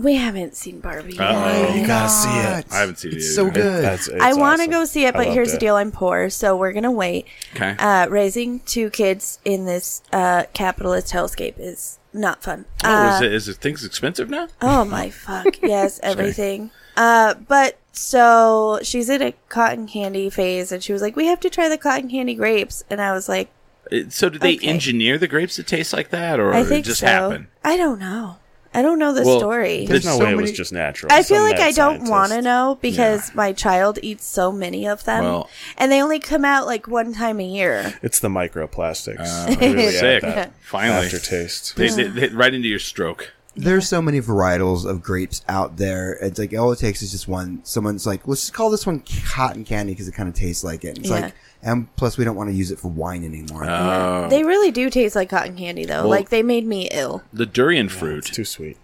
We haven't seen Barbie. yet.
Uh-oh.
Oh, You gotta see it.
I haven't seen it
It's
either.
so good.
That's- it's
I want to
awesome.
go see it,
I
but
loved
here's the
it.
deal: I'm poor, so we're gonna wait.
Okay.
Uh, raising two kids in this uh, capitalist hellscape is not fun.
oh,
Uh,
is, it, is it things expensive now?
Oh my fuck. Yes, everything. Uh but so she's in a cotton candy phase and she was like, We have to try the cotton candy grapes and I was like,
It- So did they
Okay.
engineer the grapes to taste like that, or
I
it
think
just
so.
happen?
I don't know. I don't know the
Well,
story.
there's
There's no
so
way it
many-
was just natural.
I feel
Some
like
mad
I don't
scientist.
want to know because my child eats so many of them,
Well-
and they only come out like one time a year.
It's the microplastics. They Uh, really add
Sick.
that
Finally,
aftertaste.
they, they, they- right into your stroke.
There's so many varietals of grapes out there. It's like all it takes is just one. Someone's like, let's just call this one cotton candy because it kind of tastes like it. It's
Yeah.
like, and plus we don't want to use it for wine anymore.
Uh,
They really do taste like cotton candy, though.
Oh. Well-
like they made me ill.
The durian
It's
fruit
too sweet.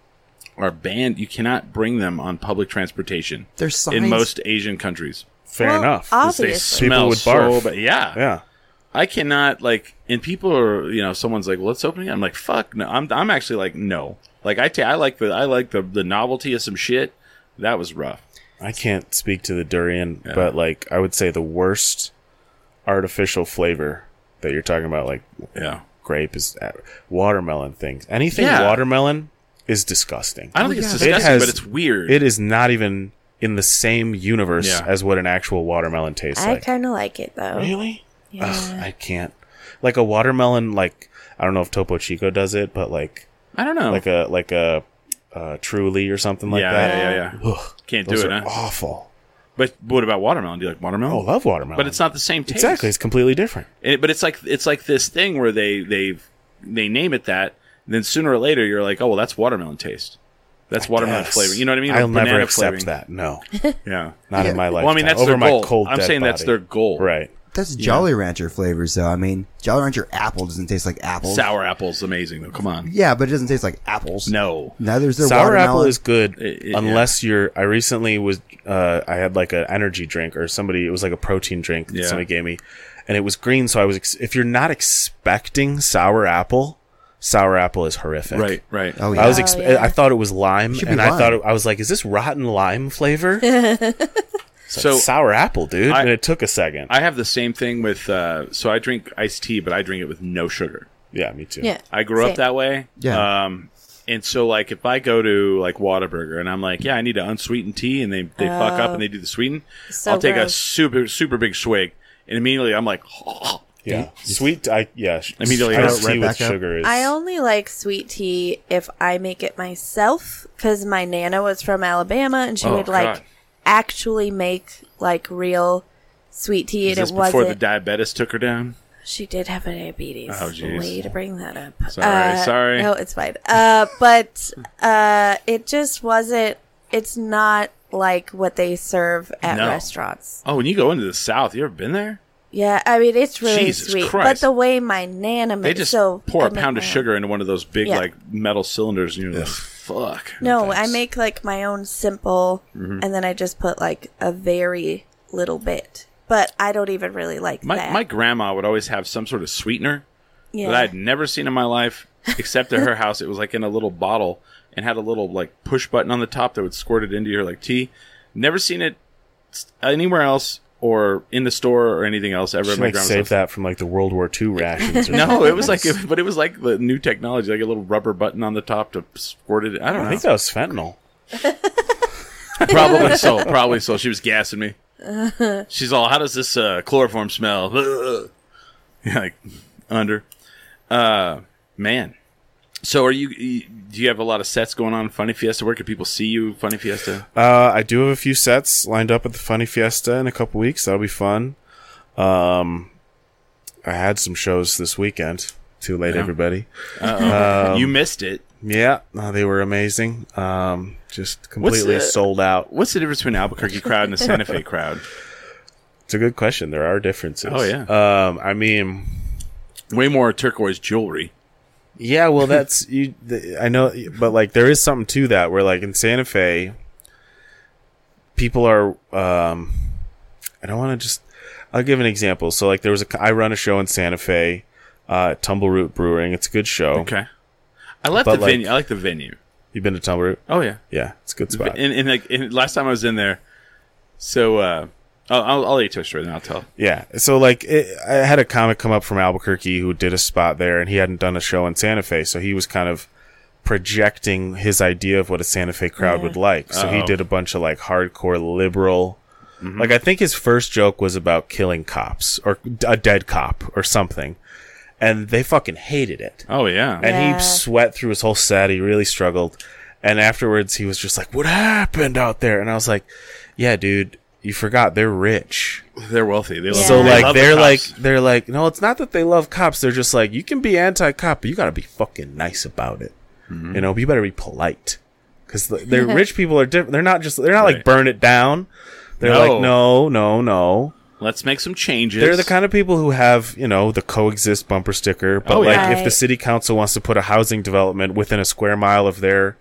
are banned. You cannot bring them on public transportation
There's signs.
in most Asian countries.
Fair
Well,
enough.
obvi-
They
Obviously.
smell
People would
so
barf.
bad. Yeah.
yeah.
I cannot like, and people are you know, someone's like, well, let's open it. I'm like, fuck, no. I'm I'm actually like, no. Like I ta- I like the I like the the novelty of some shit. That was rough.
I can't speak to the durian, but like I would say the worst artificial flavor that you're talking about, like
Yeah.
grape, is uh, watermelon things. Anything
Yeah.
watermelon is disgusting.
I don't think
yeah.
it's
It
disgusting,
has-
but it's weird.
It is not even in the same universe
Yeah.
as what an actual watermelon tastes
I
like.
kind of like it though.
Really?
Yeah.
Ugh, I can't. Like a watermelon, like I don't know if Topo Chico does it, but like
I don't know.
like a like a uh, Truly or something like
Oh. yeah,
that.
yeah, yeah, yeah.
Ugh,
Can't do
those
it,
are
huh?
awful.
But what about watermelon? Do you like watermelon?
Oh, love watermelon,
but it's not the same taste.
exactly. It's completely different.
And it- but it's like it's like this thing where they they they name it that, and then sooner or later you're like, oh well, that's watermelon taste. That's watermelon
Yes.
flavor. You know what I mean? Or
I'll never
banana
accept
flavoring.
that. No,
Yeah.
not in my life.
Well, I mean that's
Over
their
my
goal.
cold,
I'm
dead
saying that's
body.
their goal.
Right.
That's Jolly Rancher flavors, though. I mean, Jolly Rancher apple doesn't taste like apples.
Sour apple's amazing though. Come on.
Yeah, but it doesn't taste like apples.
No.
Neither's their
Sour
watermelon.
apple is good
It- it-
unless you're. I recently was. Uh, I had like an energy drink or somebody. It was like a protein drink that
Yeah.
somebody gave me, and it was green. So I was. Ex- if you're not expecting sour apple, sour apple is horrific.
Right. Right.
Oh yeah.
I was. Exp-
Oh, yeah.
I thought it was lime,
Should be
and I
lime.
thought it, I was like, "Is this rotten lime flavor?"
so
sour apple, dude.
I-
and it took a second.
I have the same thing with. Uh, so I drink iced tea, but I drink it with no sugar.
yeah, me too.
Yeah.
I grew
Same.
up that way.
Yeah.
Um, and so like if I go to like Whataburger and I'm like, yeah, I need an unsweetened tea, and they they fuck up and they do the sweeten,
So
I'll take a
gross.
super super big swig, and immediately I'm like,
yeah. Sweet. I yeah. sh-
Immediately
iced
go right
tea with
back up.
sugar is.
I only like sweet tea if I make it myself because my nana was from Alabama and she
Oh,
would like
God.
actually make like real sweet tea
is
and
this
it
before the
wasn't.
diabetes took her down?
she did have a diabetes.
Oh, jeez.
Way to bring that up.
Sorry,
Uh,
sorry.
No, it's fine. Uh, but uh, it just wasn't. It's not like what they serve at
No.
restaurants.
Oh, when you go into the South, you ever been there?
Yeah, I mean it's really
Jesus
sweet,
Christ.
but the way my nana
They
makes
just
so
pour
I
a
make
pound of
my own.
sugar into one of those big
Yeah.
like metal cylinders, and you're like, fuck.
No, I
Thanks.
make like my own simple,
Mm-hmm.
and then I just put like a very little bit. But I don't even really like
My
that.
my grandma would always have some sort of sweetener.
yeah.
that I had never seen in my life, except at her house. It was like in a little bottle and had a little like push button on the top that would squirt it into your like tea. Never seen it s- anywhere else or in the store or anything else ever. at
Should,
my
like
grandma's
save
house.
that from like the World War II rations. Or
No, it was like,
something.
it, but it was like the new technology, like a little rubber button on the top to squirt it. I don't
I
know.
think that was fentanyl.
probably so. Probably so. She was gassing me. She's all, "How does this uh, chloroform smell?" like under. Uh, man, So are you? you- Do you have a lot of sets going on in Funny Fiesta? Where can people see you, Funny Fiesta?
Uh, I do have a few sets lined up at the Funny Fiesta in a couple weeks. That'll be fun. Um, I had some shows this weekend. Too late, everybody. Um,
you missed it.
Yeah, no, they were amazing. Um, just completely
the-
sold out.
What's the difference between an Albuquerque crowd and a Santa Fe crowd?
It's a good question. There are differences.
Oh, yeah.
Um, I mean,
Way more turquoise jewelry.
Yeah, well, that's you. The, I know, but like there is something to that where like in Santa Fe, people are. um I don't want to just. I'll give an example. So like there was a. I run a show in Santa Fe, uh, at Tumbleroot Brewing. It's a good show.
Okay. I like
But,
the
like-
venue. I like the venue.
You've been to Tumbleroot?
Oh yeah.
Yeah, it's a good spot.
And, and like and last time I was in there, so uh, I'll, I'll I'll eat to it straight and I'll tell.
Yeah. So like it, I had a comic come up from Albuquerque who did a spot there and he hadn't done a show in Santa Fe, so he was kind of projecting his idea of what a Santa Fe crowd would like. So he
Uh-oh.
did a bunch of like hardcore liberal like I think his first joke was about killing cops or d- a dead cop or something. And they fucking hated it.
Oh yeah.
And
Yeah.
he sweat through his whole set. He really struggled. And afterwards, he was just like, "What happened out there?" And I was like, "Yeah, dude, you forgot they're rich.
they're wealthy. They love,
So
Yeah.
they
like
love the
they're like
cops.
they're like no, it's not that they love cops. They're just like you can be anti-cop, but you gotta be fucking nice about it.
Mm-hmm.
You know, you better be polite because they're rich people are different. They're not just they're not
Right.
like burn it down. They're
No.
like no, no, no.
let's make some changes.
They're the kind of people who have you know the coexist bumper sticker. But
Oh,
like
yeah.
if the
Right.
city council wants to put a housing development within a square mile of their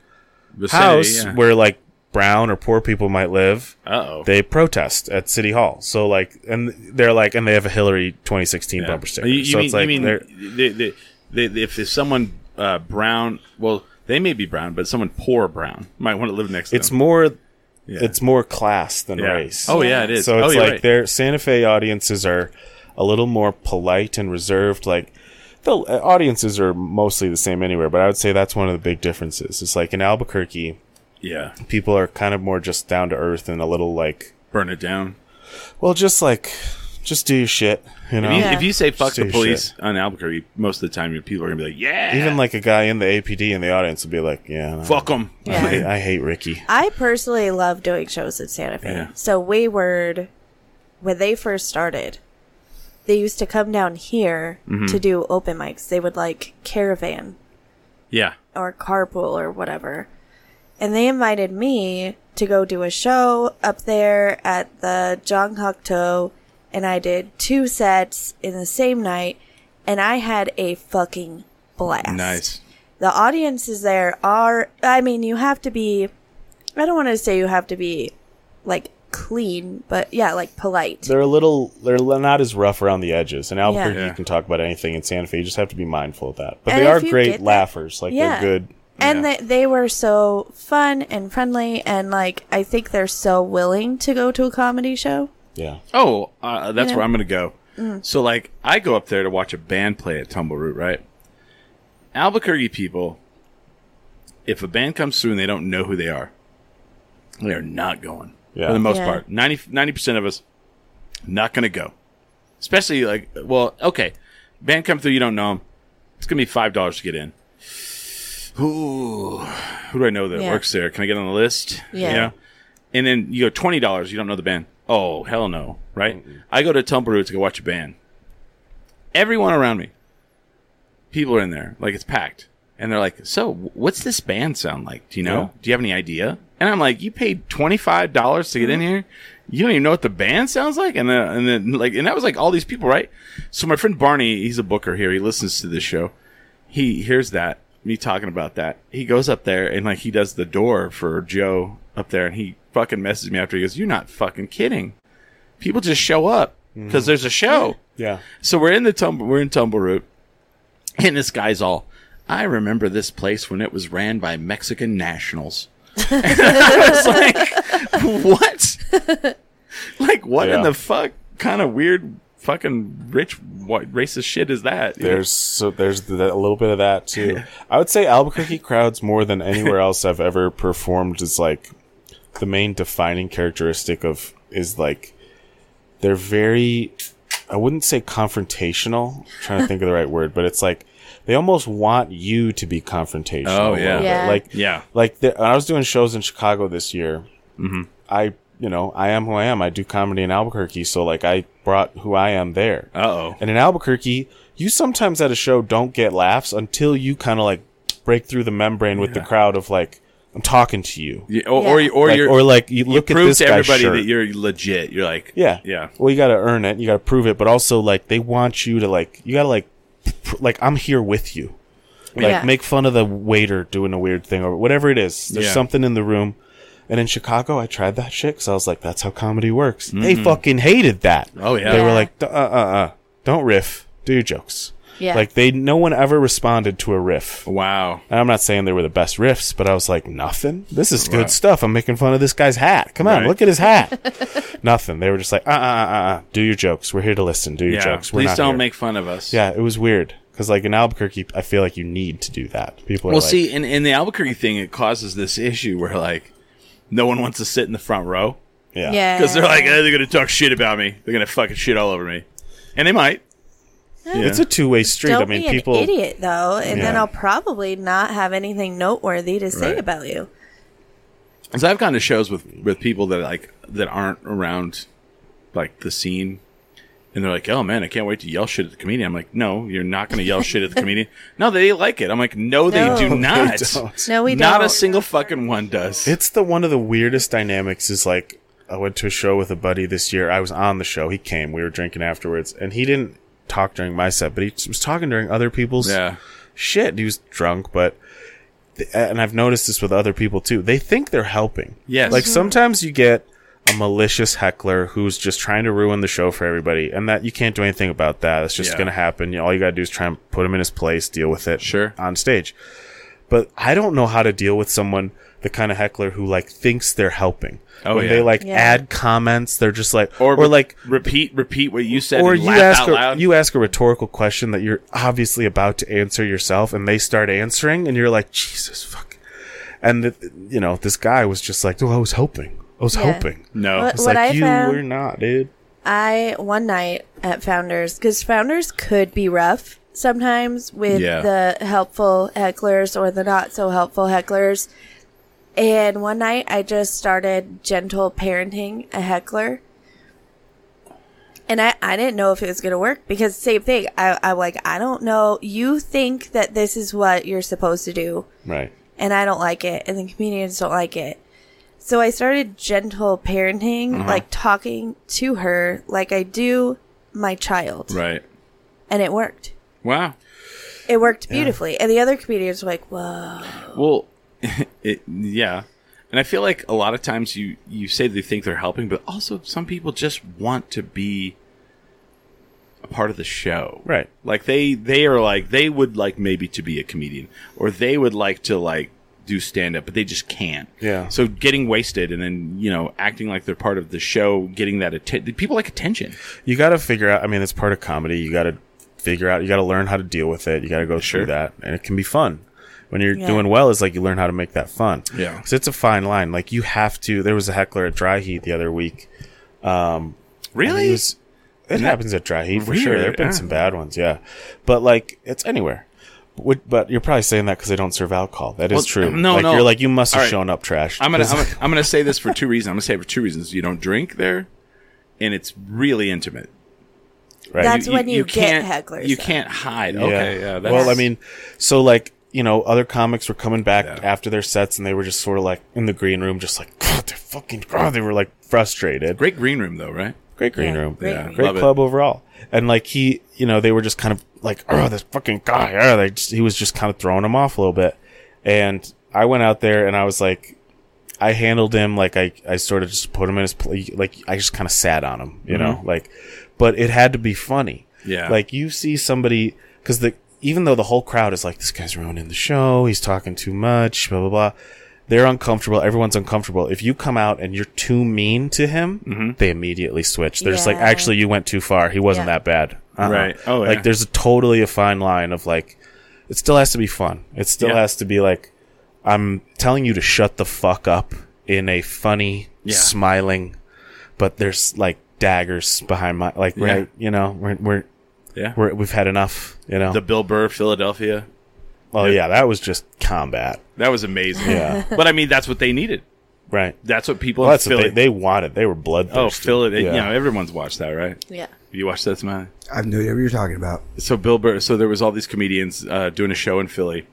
Vicinity,
house
yeah.
where like brown or poor people might live,
Uh-oh.
they protest at City Hall. So like, and they're like, and they have a Hillary 2016
Yeah.
bumper sticker.
You, you
so
mean,
it's like,
you mean
they're-
they, they, they, they- if there's someone uh, brown, well, they may be brown, but someone poor brown might want to live next to
it's
them.
more, it's more class than
yeah.
race.
Oh yeah, it is.
So it's
oh, you're
like
right.
their Santa Fe audiences are a little more polite and reserved. Like the uh, audiences are mostly the same anywhere, but I would say that's one of the big differences. It's like in Albuquerque,
yeah,
people are kind of more just down to earth and a little like,
burn it down.
well, just like, just do your shit. You know,
If you-
Yeah.
If you say fuck
Say
the police on Albuquerque, most of the time your people are gonna be like, yeah,
even like a guy in the APD in the audience would be like, yeah, no,
fuck them.
I,
Yeah.
hate- I hate Ricky.
I personally love doing shows in Santa Fe.
Yeah.
So Wayward, when they first started, they used to come down here
Mm-hmm.
to do open mics. They would like caravan
yeah.
or carpool or whatever. And they invited me to go do a show up there at the Jong Huk To, and I did two sets in the same night, and I had a fucking blast.
Nice.
The audiences there are, I mean, you have to be, I don't want to say you have to be like clean, but yeah, like polite.
They're a little, they're li- not as rough around the edges. In Albuquerque,
Yeah.
you can talk about anything. In Santa Fe, you just have to be mindful of that. But
And
they
if
are
you
great
get that-
laughers. Like
Yeah.
they're good.
and
Yeah.
they, they were so fun and friendly and like i think they're so willing to go to a comedy show
Yeah.
Oh, uh, that's
Yeah. Mm.
where I'm gonna go. So like, I go up there to watch a band play at Tumbleroot, right? Albuquerque people, if a band comes through and they don't know who they are, they are not going.
Yeah.
For the most
Yeah.
part, 90 percent of us not gonna go. Especially like, well, okay, band come through, you don't know them. It's gonna be five dollars to get in. Ooh, who do I know that
Yeah.
works there? Can I get on the list?
Yeah.
You know? and then you go twenty dollars. You don't know the band. Oh hell no, right? I go to Tumbleroot to go watch a band. Everyone around me, people are in there, like it's packed, and they're like, "So, wh- what's this band sound like? Do you know?
Yeah.
Do you have any idea?" And I'm like, "You paid twenty five dollars to get in here. You don't even know what the band sounds like." And then, and then, like, and that was like all these people, right? So my friend Barney, he's a booker here. He listens to this show he hears that me talking about that. He goes up there and like he does the door for Joe up there, and he fucking messages me after. He goes, "You're not fucking kidding. People just show up because there's a show."
Yeah.
So we're in the tumble, we're in Tumbleroot, and this guy's all, "I remember this place when it was ran by Mexican nationals." I was like, "What? like what in
Yeah.
the fuck kind of weird?" Fucking rich, white racist shit is that? you know?
There's so there's th- a little bit of that too. I would say Albuquerque crowds more than anywhere else I've ever performed is like the main defining characteristic of is like they're very I wouldn't say confrontational. I'm trying to think of the right word, but it's like they almost want you to be confrontational.
Oh,
a little
yeah.
bit.
Yeah.
Like
Yeah.
like the, when I was doing shows in Chicago this year,
Mm-hmm.
I you know I am who I am. I do comedy in Albuquerque, so like I brought who I am there.
Uh oh.
And in Albuquerque, you sometimes at a show don't get laughs until you kind of like break through the membrane with the crowd of like I'm talking to you,
Or, or, you- or
like,
you're
or like you look at
prove
this
to
guy's
everybody
shirt.
that you're legit. You're like,
Yeah.
yeah.
Well, you got to earn it. You got to prove it. But also, like, they want you to, like, you got to, like, pr- like, I'm here with you. Like,
Yeah.
make fun of the waiter doing a weird thing or whatever it is. There's
Yeah.
something in the room. And in Chicago, I tried that shit because I was like, that's how comedy works. They fucking hated that.
Mm-hmm. Oh, yeah.
They were
Yeah.
like, "D- uh, uh, uh, don't riff. Do your jokes.
Yeah.
Like, they, no one ever responded to a riff.
Wow.
And I'm not saying they were the best riffs, but I was like, nothing. This is good
Right.
stuff. I'm making fun of this guy's hat. Come on,
Right.
look at his hat. nothing. They were just like, uh, uh, uh, uh, do your jokes. We're here to listen. Do your
Yeah.
jokes. We're
Please
not
don't
here."
make fun of us.
Yeah, it was weird because like in Albuquerque, I feel like you need to do that. People are
Well,
like,
see, in, in the Albuquerque thing, it causes this issue where like no one wants to sit in the front row
yeah,
Yeah.
because they're like, "Eh, they're gonna talk shit about me. They're gonna fucking shit all over me, and they might.
it's a two way street.
Don't
I mean,
be
people.
an idiot though, and then
Yeah.
I'll probably not have anything noteworthy to say
Right.
about you.
Because I've gone to shows with with people that like that aren't around like the scene, and they're like, "Oh man, I can't wait to yell shit at the comedian." I'm like, "No, you're not gonna yell shit at the comedian." No, they like it. I'm like, "No,
No.
they
No,
do
they
not.
don't.
No, we
not
don't.
a single fucking one does."
It's the one of the weirdest dynamics is like I went to a show with a buddy this year. I was on the show. He came. We were drinking afterwards, and he didn't talk during my set, but he was talking during other people's
yeah,
shit. He was drunk, but and I've noticed this with other people too. They think they're helping.
Yes.
Like
Mhm.
sometimes you get a malicious heckler who's just trying to ruin the show for everybody, and that you can't do anything about that. It's just
Yeah.
gonna happen. You know, all you gotta do is try and put him in his place, deal with it.
Sure.
On stage, but I don't know how to deal with someone the kind of heckler who like thinks they're helping.
Oh,
when
yeah.
they like
Yeah.
add comments, they're just like
or
or, like
repeat repeat what you said,
or
and
you
laugh
ask
out
a,
loud.
you ask a rhetorical question that you're obviously about to answer yourself and they start answering and you're like jesus fuck and the, you know this guy was just like oh i was helping i was
Yeah.
helping
no,
What-
it's
what
like
I
you
found-
were not dude
I one night at Founders because Founders could be rough sometimes with
Yeah.
the helpful hecklers or the not so helpful hecklers. And one night I just started gentle parenting a heckler. And I, I didn't know if it was going to work because same thing. I, I'm like, I don't know. You think that this is what you're supposed to do
right
and I don't like it, and the comedians don't like it. So I started gentle parenting,
Mm-hmm.
like talking to her like I do my child.
right?
And it worked.
Wow.
It worked beautifully. And the other comedians were like, whoa.
Well, it, yeah, and I feel like a lot of times you you say they think they're helping, but also some people just want to be a part of the show,
Right.
Like they they are like they would like maybe to be a comedian, or they would like to like do stand up, but they just can't.
Yeah.
So getting wasted and then you know acting like they're part of the show, getting that attention. People like attention.
you got to figure out. I mean, it's part of comedy. You got to figure out. You got to learn how to deal with it. You got to go
Sure.
through that, and it can be fun. When you're
Yeah.
doing well, it's like you learn how to make that fun.
Yeah.
so it's a fine line. Like you have to. There was a heckler at Dry Heat the other week. Um, and
Really?
he was- it
that
happens at Dry Heat for sure.
weird?
There have been
Yeah.
some bad ones, yeah, but like it's anywhere. But, but you're probably saying that because they don't serve alcohol. That is
Well,
true.
no,
like,
no.
You're like you must have
All right.
shown up trash.
I'm gonna, I'm gonna I'm gonna say this for two reasons. I'm gonna say it for two reasons. You don't drink there, and it's really intimate.
right.
That's when you, get
can't,
hecklers.
You
though.
can't hide. Okay, yeah. that's,
well, I mean, so like you know, other comics were coming back
Yeah.
after their sets, and they were just sort of like in the green room, just like God, they're fucking. God, they were like frustrated. Great,
great green room though, right?
green
Yeah,
room.
great
Yeah.
green
Great
Love it.
club overall. And like he, you know, they were just kind of like, oh, this fucking guy. Oh, they just, he was just kind of throwing him off a little bit. And I went out there and I was like, I handled him like I, I sort of just put him in his place. Like I just kind of sat on him, you know, like, but it had to be funny.
Mm-hmm. Yeah.
Like you see somebody, cause the, even though the whole crowd is like, this guy's ruining the show. He's talking too much, blah, blah, blah. They're uncomfortable. Everyone's uncomfortable. If you come out and you're too mean to him,
Mm-hmm.
they immediately switch. They're just like,
Yeah.
actually, you went too far. He wasn't
Yeah.
that bad. Uh-uh.
Right. Oh, yeah.
Like there's a totally a fine line of like, it still has to be fun. It still
Yeah.
has to be like, I'm telling you to shut the fuck up in a funny,
Yeah.
smiling, but there's like daggers behind my like
Yeah.
right you know we're we're,
Yeah.
we're we've had enough you know
The Bill Burr Philadelphia.
well yeah that was just combat
That was amazing.
Yeah.
but I mean, that's what they needed.
right
That's what people
well,
in
that's what
Philly.
they, they wanted they were bloodthirsty
oh, Philly.
Yeah.
You know, everyone's watched that, right?
Yeah.
You watched that, Smiley?
I have no idea what you're talking about.
so Bill Burr. So there was all these comedians uh, doing a show in Philly,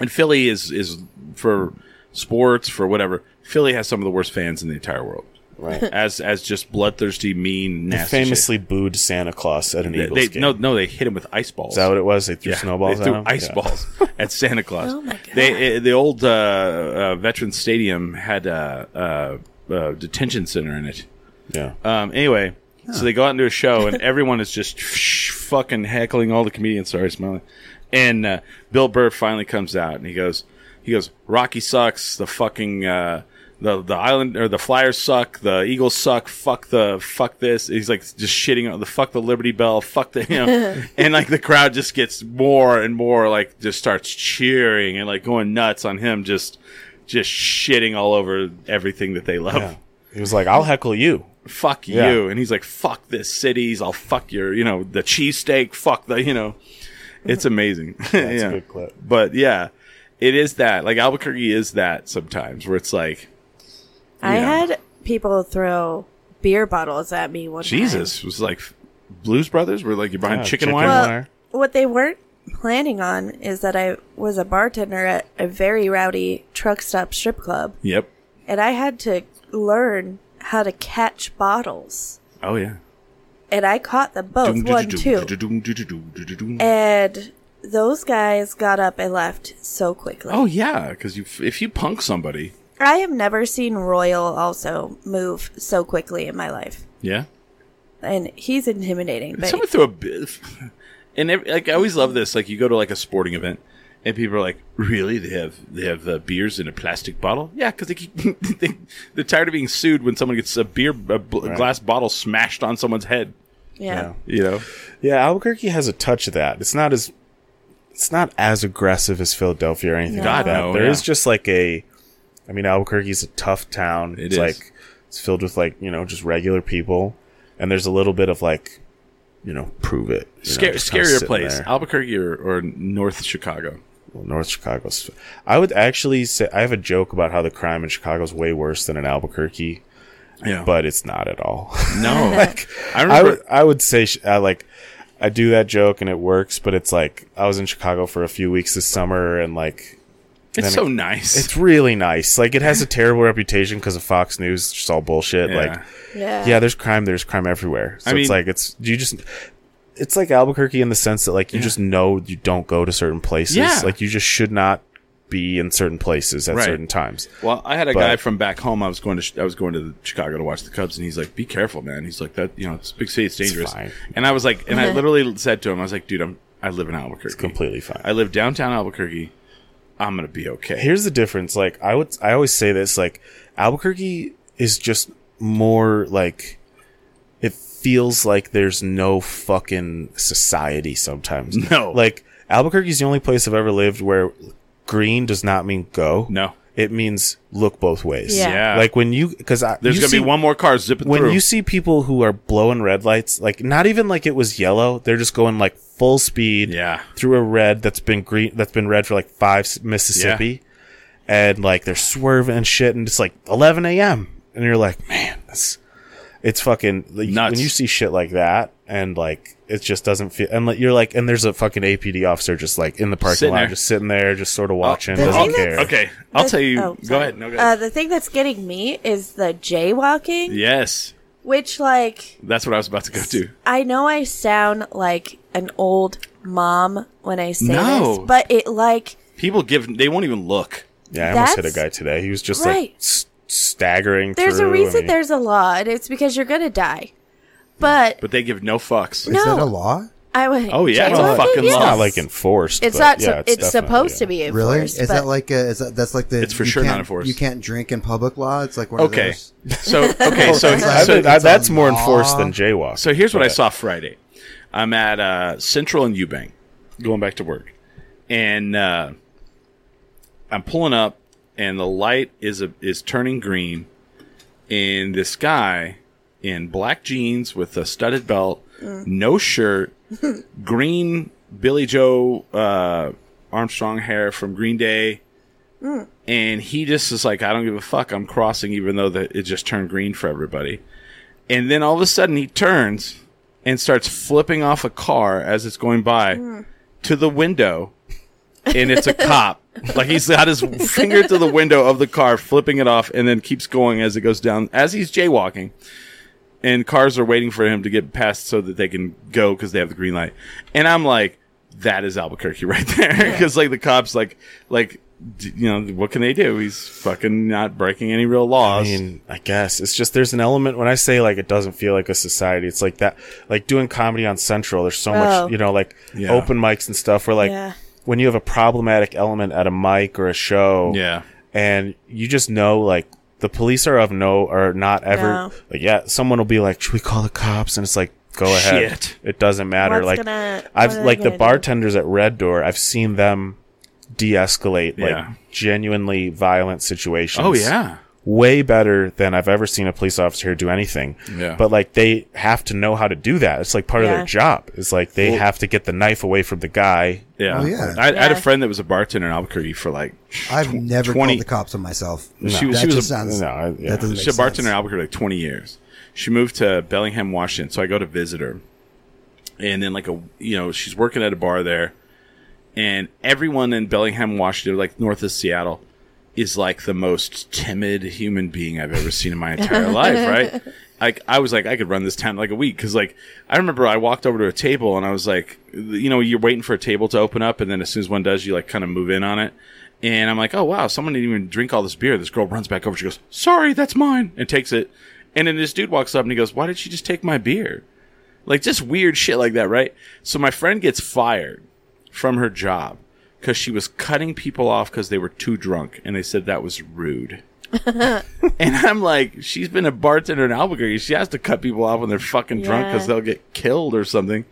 and Philly is is for sports for whatever. Philly has some of the worst fans in the entire world.
Right.
As as just bloodthirsty, mean,
They
nasty. shit.
famously booed Santa Claus at an
They-
Eagles
they,
game.
no no they hit him with ice balls.
Is that what it was? They threw
Yeah,
snowballs
They threw
at him?
ice
Yeah.
balls at Santa Claus.
Oh my God.
They, uh, the old uh, uh, Veterans Stadium had a, uh uh detention center in it.
Yeah.
Um, anyway, so they go out into a show, and everyone is just fucking heckling all the comedians. Sorry, smiling. And uh, Bill Burr finally comes out, and he goes, he goes, Rocky sucks. The fucking uh, the the island or the Flyers suck. The Eagles suck. Fuck the fuck this. He's like just shitting on the fuck the Liberty Bell. Fuck the you know, and like the crowd just gets more and more like just starts cheering and like going nuts on him. Just just shitting all over everything that they love
Yeah. He was like, I'll heckle you.
fuck
Yeah.
you. And he's like, fuck this cities. I'll fuck your, you know, the cheesesteak. Fuck the, you know, it's amazing.
That's
yeah.
a good clip.
But yeah, it is that. Like Albuquerque is that sometimes where it's like,
I
Yeah.
had people throw beer bottles at me one time.
Jesus was like Blues Brothers were like, you're buying
Yeah,
chicken,
chicken
wire.
wire.
Well,
Wire.
what they weren't planning on is that I was a bartender at a very rowdy truck stop strip club,
Yep.
and I had to learn how to catch bottles.
Oh yeah.
And I caught them both, one, two. And those guys got up and left so quickly.
Oh yeah, because you if you punk somebody,
I have never seen Royal also move so quickly in my life.
yeah,
And he's intimidating, but
Someone threw a bit, and every, like I always love this. Like you go to like a sporting event, and people are like, "Really? They have they have uh, beers in a plastic bottle? Yeah, because they keep they, they're tired of being sued when someone gets a beer a bl- glass bottle smashed on someone's head.
yeah.
You know,
Yeah, Albuquerque has a touch of that. It's not as it's not as aggressive as Philadelphia or anything
No.
like
God,
that. There
no,
is
yeah.
just like a I mean Albuquerque's a tough town.
It
it's
is.
like it's filled with like, you know, just regular people. And there's a little bit of like, you know, prove it. you know,
Scar-
just kinda
scarier
sitting
place,
there.
Albuquerque or, or North Chicago.
Well, North Chicago's. I would actually say I have a joke about how the crime in Chicago's way worse than in Albuquerque,
Yeah,
but it's not at all.
no, I
I
remember.
would I would say sh- I like I do that joke and it works, but it's like I was in Chicago for a few weeks this summer and like
it's
then
so
it-
nice.
it's really nice. Like it has a terrible reputation because of Fox News, it's just all bullshit.
Yeah.
Like
Yeah.
yeah, there's crime. There's crime everywhere. So
I mean-
it's like it's you just. It's like Albuquerque in the sense that like you just know you don't go to certain places.
Yeah.
Like you just should not be in certain places at
Right.
certain times.
Well, I had a
But-
guy from back home. I was going to sh- I was going to the Chicago to watch the Cubs, and he's like, "Be careful, man." He's like, "That you know, it's a big city. It's dangerous."
fine.
and I was like, and
Uh-huh.
I literally said to him, "I was like, dude, I'm I live in Albuquerque.
Completely fine.
I live downtown Albuquerque. I'm gonna be okay."
here's the difference. Like I would, I always say this. Like Albuquerque is just more like it feels like there's no fucking society sometimes.
No.
like Albuquerque's the only place I've ever lived where green does not mean go.
No.
it means look both ways.
Yeah.
Yeah.
like when you because
There's
you
gonna
see-
be one more car zipping
when
through.
you see people who are blowing red lights, like not even like it was yellow, they're just going like full speed
Yeah.
through a red that's been green that's been red for like five s- Mississippi, and like they're swerving and shit, and it's like 11 a.m. and you're like, man, that's it's fucking like,
Nuts.
when you see shit like that, and like it just doesn't feel, and like, you're like, and there's a fucking APD officer just like in the parking
Sitting
lot,
there. Oh,
just sitting there, just sort of watching,
The
doesn't
thing that's-
care.
okay, I'll
The-
tell you.
oh,
go
sorry.
ahead. No, go
Uh,
ahead.
the thing that's getting me is the jaywalking,
yes,
which, like,
that's what I was about to go to.
I know I sound like an old mom when I say
No.
this, but it, like,
People give they won't even look.
Yeah, I almost hit a
That's-
guy today. He was just
Right.
like s- staggering.
there's a
through,
reason
and he-
there's a law, and it's because you're going to die. But,
But they give no fucks.
Is that
No.
a law?
I would.
Oh, yeah, it's a
jaywalking
fucking
is-
It's
law.
not like enforced.
It's
but
not.
yeah,
so, it's supposed to be enforced.
Really? Is
but
that like a, is that that's like the
It's for
you
sure not
can't-
enforced.
You can't drink in public law. It's like one of
Okay,
those.
so okay, so
It's like-
so
I- It's a
Oh, that's more
law.
enforced than jaywalk.
So here's what I
Okay.
saw Friday. I'm at uh, Central and Eubank, going back to work, and uh, I'm pulling up, and the light is a, is turning green, and this guy in black jeans with a studded belt, no shirt, green Billy Joe uh, Armstrong hair from Green Day. And he just is like, I don't give a fuck. I'm crossing, even though the, it just turned green for everybody. And then all of a sudden, he turns and starts flipping off a car as it's going by to the window. And it's a cop. Like he's got his finger to the window of the car, flipping it off, and then keeps going as it goes down, as he's jaywalking and cars are waiting for him to get past so that they can go because they have the green light. And I'm like, that is Albuquerque right there, because like the cops, like, like, d- you know, what can they do? He's fucking not breaking any real
I
laws.
mean, I guess it's just there's an element when I say like it doesn't feel like a society. It's like that, like doing comedy on Central. There's
Oh.
so much, you know, like
Yeah.
open mics and stuff. Where like
Yeah.
when you have a problematic element at a mic or a show,
yeah,
and you just know like the police are of no are not ever
No.
like yeah someone will be like should we call the cops and it's like go ahead
Shit.
it doesn't matter
What's
like
gonna-
I've
what are they
like the
gonna do?
bartenders at Red Door I've seen them de-escalate
Yeah.
like genuinely violent situations
oh yeah,
way better than I've ever seen a police officer here do anything
Yeah.
but like they have to know how to do that it's like part of
Yeah.
their job it's like they
Well-
have to get the knife away from the guy
yeah.
Oh, yeah.
I, I had a
Yeah.
friend that was a bartender in Albuquerque for like
I've
tw-
never
20
called the cops on myself.
She was-
That
she was
just
a-
sounds,
no, I- yeah.
that doesn't
She's
make
a bartender in
sense.
Albuquerque like 20 years. She moved to Bellingham, Washington. So I go to visit her. And then, like, a, you know, she's working at a bar there. And everyone in Bellingham, Washington, like north of Seattle, is like the most timid human being I've ever seen in my entire life, right? Like, I was like, I could run this town in, like a week. Cause, like, I remember I walked over to a table and I was like, you know, you're waiting for a table to open up. And then as soon as one does, you like kind of move in on it. And I'm like, oh wow, someone didn't even drink all this beer. This girl runs back over. She goes, sorry, that's mine, and takes it. And then this dude walks up and he goes, why did she just take my beer? Like just weird shit like that, right? So my friend gets fired from her job because she was cutting people off because they were too drunk, and they said that was rude. and I'm like, she's been a bartender in Albuquerque. She has to cut people off when they're fucking drunk
Yeah.
because they'll get killed or something.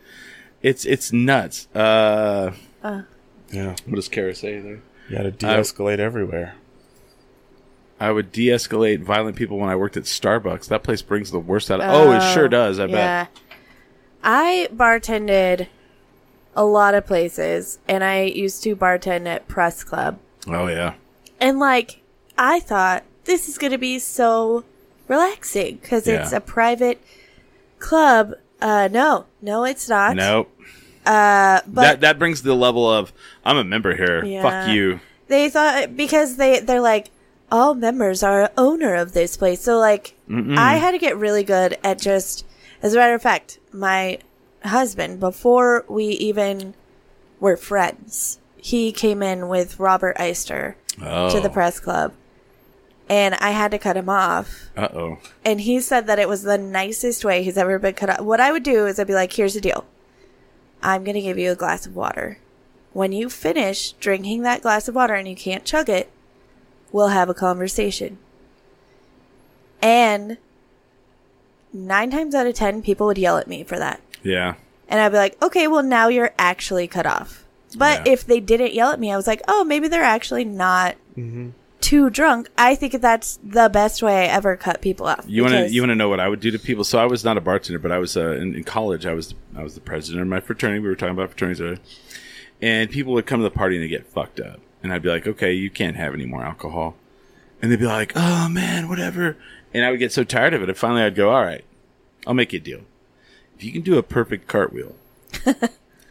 It's it's nuts. Uh,
yeah
what does Kara say there?
you got to de-escalate everywhere
I would de-escalate violent people when I worked at Starbucks. That place brings the worst out of. Oh, it sure does. I bet.
I bartended a lot of places, and I used to bartend at Press Club.
Oh yeah.
And like, I thought this is going to be so relaxing because
Yeah.
it's a private club. Uh, no, no, it's not.
Nope.
Uh, but
that that brings the level of I'm a member here.
Yeah.
Fuck you.
they thought because they they're like all members are owner of this place. So like, I had to get really good at just. As a matter of fact, my husband before we even were friends, he came in with Robert Eister
Oh.
to the press club, and I had to cut him off.
Uh oh.
and he said that it was the nicest way he's ever been cut up. What I would do is I'd be like, "Here's the deal. I'm going to give you a glass of water. When you finish drinking that glass of water and you can't chug it, we'll have a conversation." And 9 times out of 10 people would yell at me for that.
Yeah.
And I'd be like, "Okay, well now you're actually cut off." But
Yeah.
if they didn't yell at me, I was like, "Oh, maybe they're actually not
Mm-hmm.
Too drunk. I think that's the best way I ever cut people off.
You want to
because-
you want to know what I would do to people? So I was not a bartender, but I was uh, in, in college. I was I was the president of my fraternity. We were talking about fraternities earlier, and people would come to the party and they get fucked up, and I'd be like, okay, you can't have any more alcohol, and they'd be like, oh man, whatever, and I would get so tired of it. And finally, I'd go, all right, I'll make you a deal. If you can do a perfect cartwheel,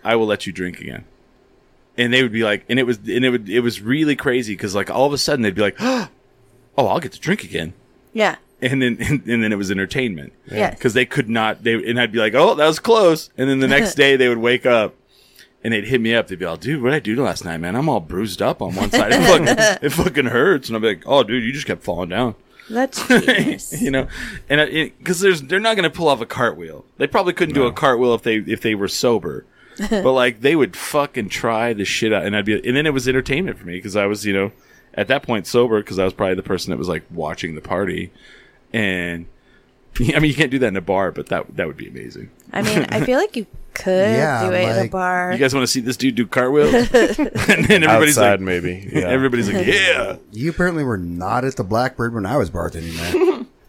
I will let you drink again. And they would be like, and it was and it would it was really crazy because like all of a sudden they'd be like, oh, I'll get to drink again
Yeah.
and then and, and then it was entertainment
Yes.
because they could not they and I'd be like oh that was close and then the next day they would wake up and they'd hit me up they'd be like dude what did I do last night man I'm all bruised up on one side it fucking, it fucking hurts and I'd be like oh dude you just kept falling down
That's genius.
you know and because there's they're not gonna pull off a cartwheel they probably couldn't do a cartwheel if they if they were sober but like they would fucking try the shit out and I'd be and then it was entertainment for me because I was you know at that point sober because I was probably the person that was like watching the party and I mean you can't do that in a bar but that that would be amazing
I mean, I feel like you could
Yeah,
do it at a
like-
bar.
you guys want to see this dude do cartwheels and then everybody's
outside
like
maybe yeah.
everybody's like yeah
You apparently were not at the Blackbird when I was bartending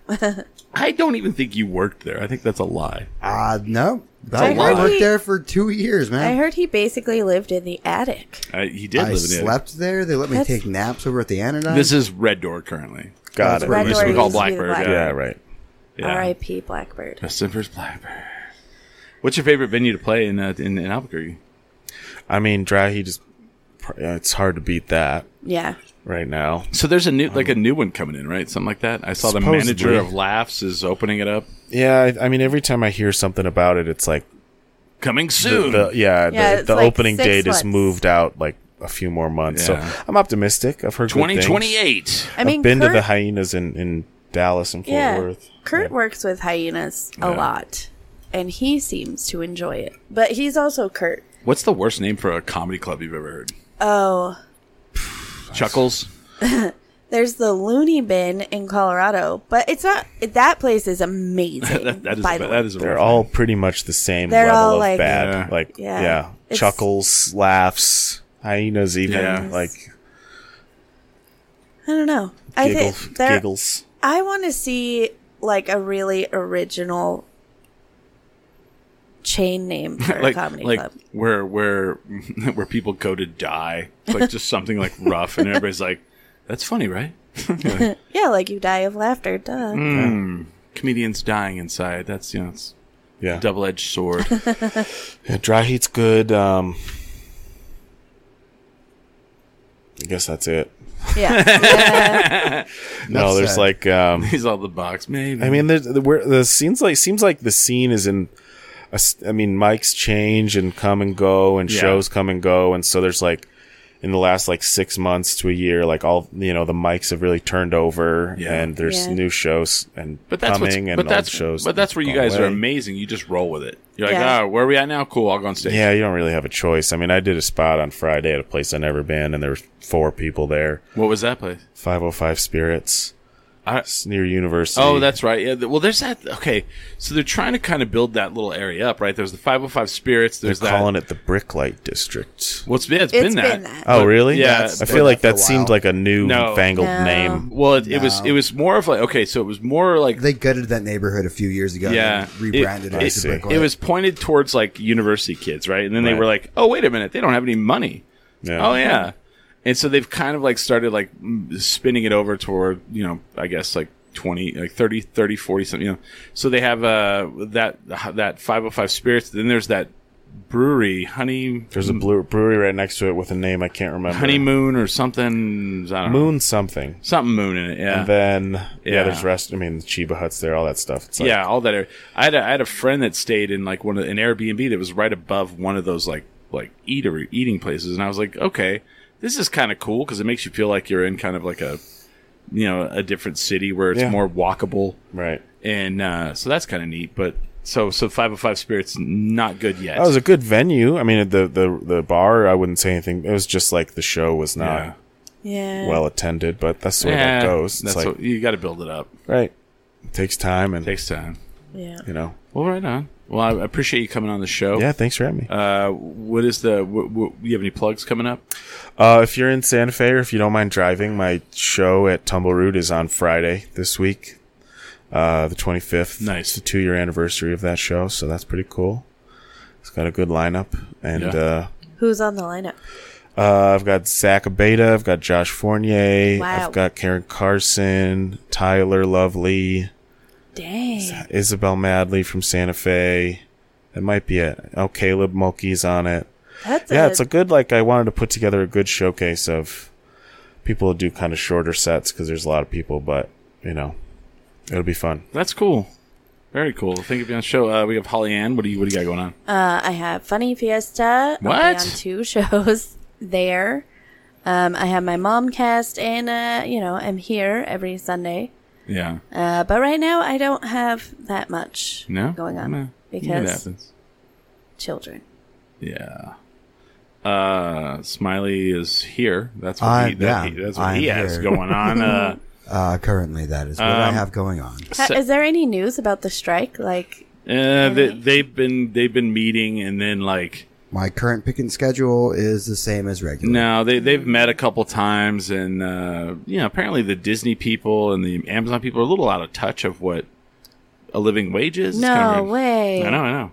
there.
I don't even think you worked there. I think that's a lie.
Uh, no. I,
a lie.
worked
he-
there for two years,
I
man.
heard he basically lived in the attic.
I, he did live
I
in it.
slept there. They let me
That's-
take naps over at the Anodyne.
This is Red Door currently.
Got
That's
it.
right.
Red
used
Door
to be
used
called
to be the
Blackbird,
Blackbird.
Yeah, right.
Yeah.
R.I.P. Blackbird.
Justin first Blackbird. What's your favorite venue to play in uh, in, in Albuquerque?
I mean, dry heat is. pr- uh, It's hard to beat that
Yeah.
right now.
So there's a new like a new one coming in, right? Something like that. I saw the
Um, Supposedly.
manager of Laughs is opening it up.
Yeah, I, I mean, every time I hear something about it, it's like
Coming soon.
the, the yeah,
Yeah,
the,
it's
the
like
opening
six
date
months.
is moved out like a few more months.
Yeah.
So I'm optimistic. I've heard good things.
2028.
I mean,
I've been
Kurt,
to the hyenas in, in Dallas and Fort
yeah,
Worth.
Kurt works with hyenas a
Yeah.
lot, and he seems to enjoy it. But he's also Kurt.
What's the worst name for a comedy club you've ever heard?
Oh,
Chuckles.
there's the Looney Bin in Colorado, but it's not. That place is amazing.
That, that is
by
a,
the way.
that is a
They're
rough
all
name.
pretty much the same
They're
level
all,
of
like-
bad.
Yeah.
Like
Yeah.
yeah,
It's-
chuckles, laughs, hyenas, even
Yeah.
like
I don't know. I
giggle,
think there.
giggles.
I want to see like a really original chain name for a
like
comedy
like
club.
where where where people go to die. It's like just something like rough, and everybody's like, "That's funny, right?"
Yeah, like you die of laughter. Duh.
Mm. Comedians dying inside. That's you know, it's
Yeah.
double edged sword.
yeah, dry heat's good. Um, I guess that's it.
Yeah.
no, there's
sad.
like um,
He's all the box. Maybe.
I mean, there's, the, where, the scenes like seems like the scene is in. a s- I mean, mics change and come and go, and
Yeah.
shows come and go, and so there's like in the last like six months to a year, like all you know, the mics have really turned over,
Yeah.
and there's
Yeah.
new shows and
but that's what's,
coming, and
but
old
that's
shows.
but that's where you
gone
guys are
away.
amazing. You just roll with it. You're like,
Yeah.
ah, where are we at now? Cool, I'll go on stage.
Yeah, you don't really have a choice. I mean, I did a spot on Friday at a place I never been, and there were four people there.
What was that place?
Five hundred five spirits.
I-
It's near university.
Oh, that's right. Yeah. th- Well, there's that. Okay, so they're trying to kind of build that little area up, right? There's the 505 Spirits.
they're
There's that.
calling it the Bricklight District.
Well, it's, yeah,
It's
been that.
been that.
Oh, really?
yeah,
I
it's
feel
been
like
that
that
for a
seemed
while.
like a new
No.
fangled
No.
name.
Well, it, it was
No.
it was more of like okay, so it was more like
They gutted that neighborhood a few years ago.
yeah,
and rebranded it,
It,
as
see.
a
it,
brick.
it was pointed towards like university kids, right? And then they
Right.
were like, oh wait a minute, they don't have any money.
Yeah.
Oh yeah, and so they've kind of like started like m- spinning it over toward you know I guess like. 20 like 30 30 40 something you know so they have uh that that 505 spirits then there's that brewery honey
There's a blue brewery right next to it with a name I can't remember.
honeymoon or something I don't know.
Moon something.
something moon in it yeah
And then yeah,
Yeah.
there's rest. I mean, the Chiba huts there, all that stuff. It's like,
yeah, all that. Area. I had a, I had a friend that stayed in like one of an Airbnb that was right above one of those like like eatery eating places, and I was like, okay, this is kind of cool because it makes you feel like you're in kind of like a you know a different city where it's
Yeah.
more walkable,
right.
and uh, so that's kind of neat. But so so five hundred five spirits not good yet.
That was a good venue. I mean, the the the bar. I wouldn't say anything. It was just like the show was not
Yeah.
yeah.
well attended, but that's the way
Yeah,
that goes. It's
That's
like
what, you got to build it up.
right. It takes time and
Takes time.
yeah.
you know.
Well, right on. Well, I appreciate you coming on the show.
Yeah, thanks for having me.
Uh, what is the? What, what, you have any plugs coming up?
Uh, if you're in Santa Fe or if you don't mind driving, my show at Tumble Root is on Friday this week, uh, the 25th.
Nice.
It's the two year anniversary of that show, so that's pretty cool. It's got a good lineup. And
Yeah.
Who's on the lineup?
uh, uh, I've got Zach Abeda, I've got Josh Fournier,
Wow.
I've got Karen Carson, Tyler Lovely,
Dang.
Isabel Madley from Santa Fe. That might be it. Oh, Caleb Mulkey's on it.
That's
yeah,
a,
it's a good like I wanted to put together a good showcase of people who do kind of shorter sets because there's a lot of people, but you know, it'll be fun.
That's cool. Very cool. Thank you for being on the show. Uh, we have Holly Ann. What do you What do you got going on?
Uh, I have Funny Fiesta. I'll be
What?
on two shows there. Um, I have my mom cast, and uh, you know, I'm here every Sunday.
yeah.
Uh, but right now, I don't have that much
No.
going on
No. Yeah, it
because
happens.
children.
Yeah. Uh, Smiley is here. That's what
I-
he, that,
yeah,
he- that's what
I'm
he has
here.
going on. Uh,
uh, currently, that is what
Um,
I have going on.
Ha-
So-
is there any news about the strike? Like,
uh, they, they've been they've been meeting, and then like
My current picking schedule is the same as regular.
No, they they've met a couple times, and uh, you know, apparently the Disney people and the Amazon people are a little out of touch of what a living wage is. It's
No
weird.
way.
I know, I know.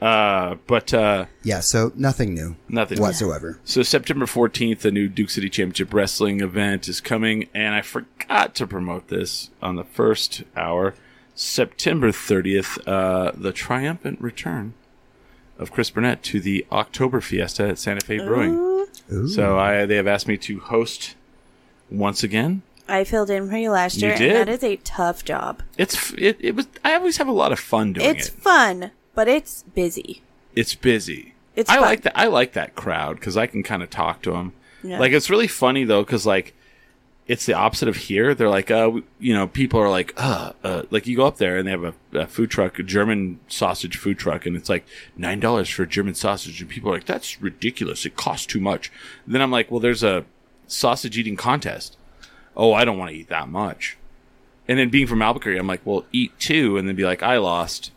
Uh, but uh,
Yeah, so nothing new.
Nothing new.
whatsoever.
so September fourteenth, the new Duke City Championship Wrestling event is coming, and I forgot to promote this on the first hour. September thirtieth, uh, the triumphant return of Chris Burnett to the October Fiesta at Santa Fe Brewing.
Oh.
Ooh.
So I they have asked me to host once again.
I filled in for you last
You
year,
did?
and that is a tough job.
It's f- it, it was I always have a lot of fun doing
it's
it.
fun, but it's busy.
It's busy.
It's
I
fun.
like that I like that crowd cuz I can kind of talk to them.
Yeah.
Like it's really funny though cuz like it's the opposite of here. They're like uh we- you know people are like uh, uh like you go up there and they have a, a food truck, a German sausage food truck and it's like $9 for a German sausage and people are like that's ridiculous. It costs too much. Then I'm like, well there's a sausage eating contest. Oh, I don't want to eat that much. And then being from Albuquerque, I'm like, well, eat two, and then be like, I lost.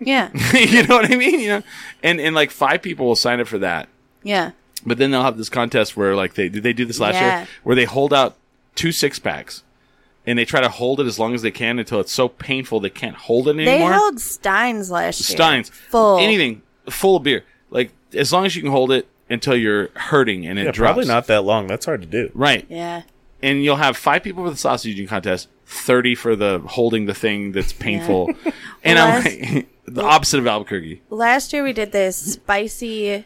Yeah,
you know what I mean? You know, and and like five people will sign up for that,
yeah.
but then they'll have this contest where like they did they do this last
Yeah.
year where they hold out two six packs and they try to hold it as long as they can until it's so painful they can't hold it
They
anymore.
held Steins last year.
Steins
full.
anything full of beer, like as long as you can hold it until you're hurting and it
Yeah,
drops.
probably not that long. That's hard to do.
right,
Yeah,
and you'll have five people for the sausage eating contest, thirty for the holding the thing that's painful, and I'm
Last-
like, the opposite of Albuquerque.
last year we did this spicy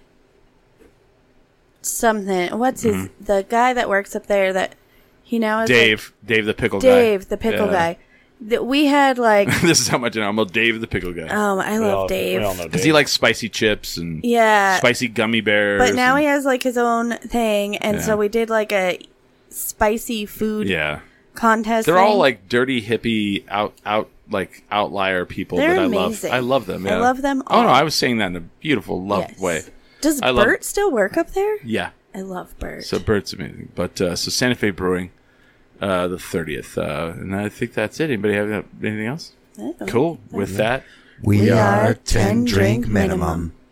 something. What's his the guy that works up there that he now is like-
Mm-hmm. Dave, Dave the pickle guy.
Dave the pickle
Yeah.
guy. That we had like
this is how much I know. I'm a Dave the pickle guy.
um I
We
love
all-
Dave.
We all know Dave.
Does he like spicy chips and
Yeah.
spicy gummy bears?
But now
and-
he has like his own thing, and
Yeah.
so we did like a spicy food
yeah,
contest.
they're all
thing.
like dirty hippie out out like outlier people
They're
that I
amazing.
love. I love them.
I
yeah.
love them
Oh no,
all.
I was saying that in a beautiful love
Yes.
way.
Does
I love-
Bert still work up there?
Yeah.
I love Bert.
So Bert's amazing. But uh, so Santa Fe Brewing, uh, the thirtieth, uh, and I think that's it. Anybody have anything else?
I don't know.
Cool. With that.
We,
We
are
are
10
10
drink
drink
minimum.
minimum.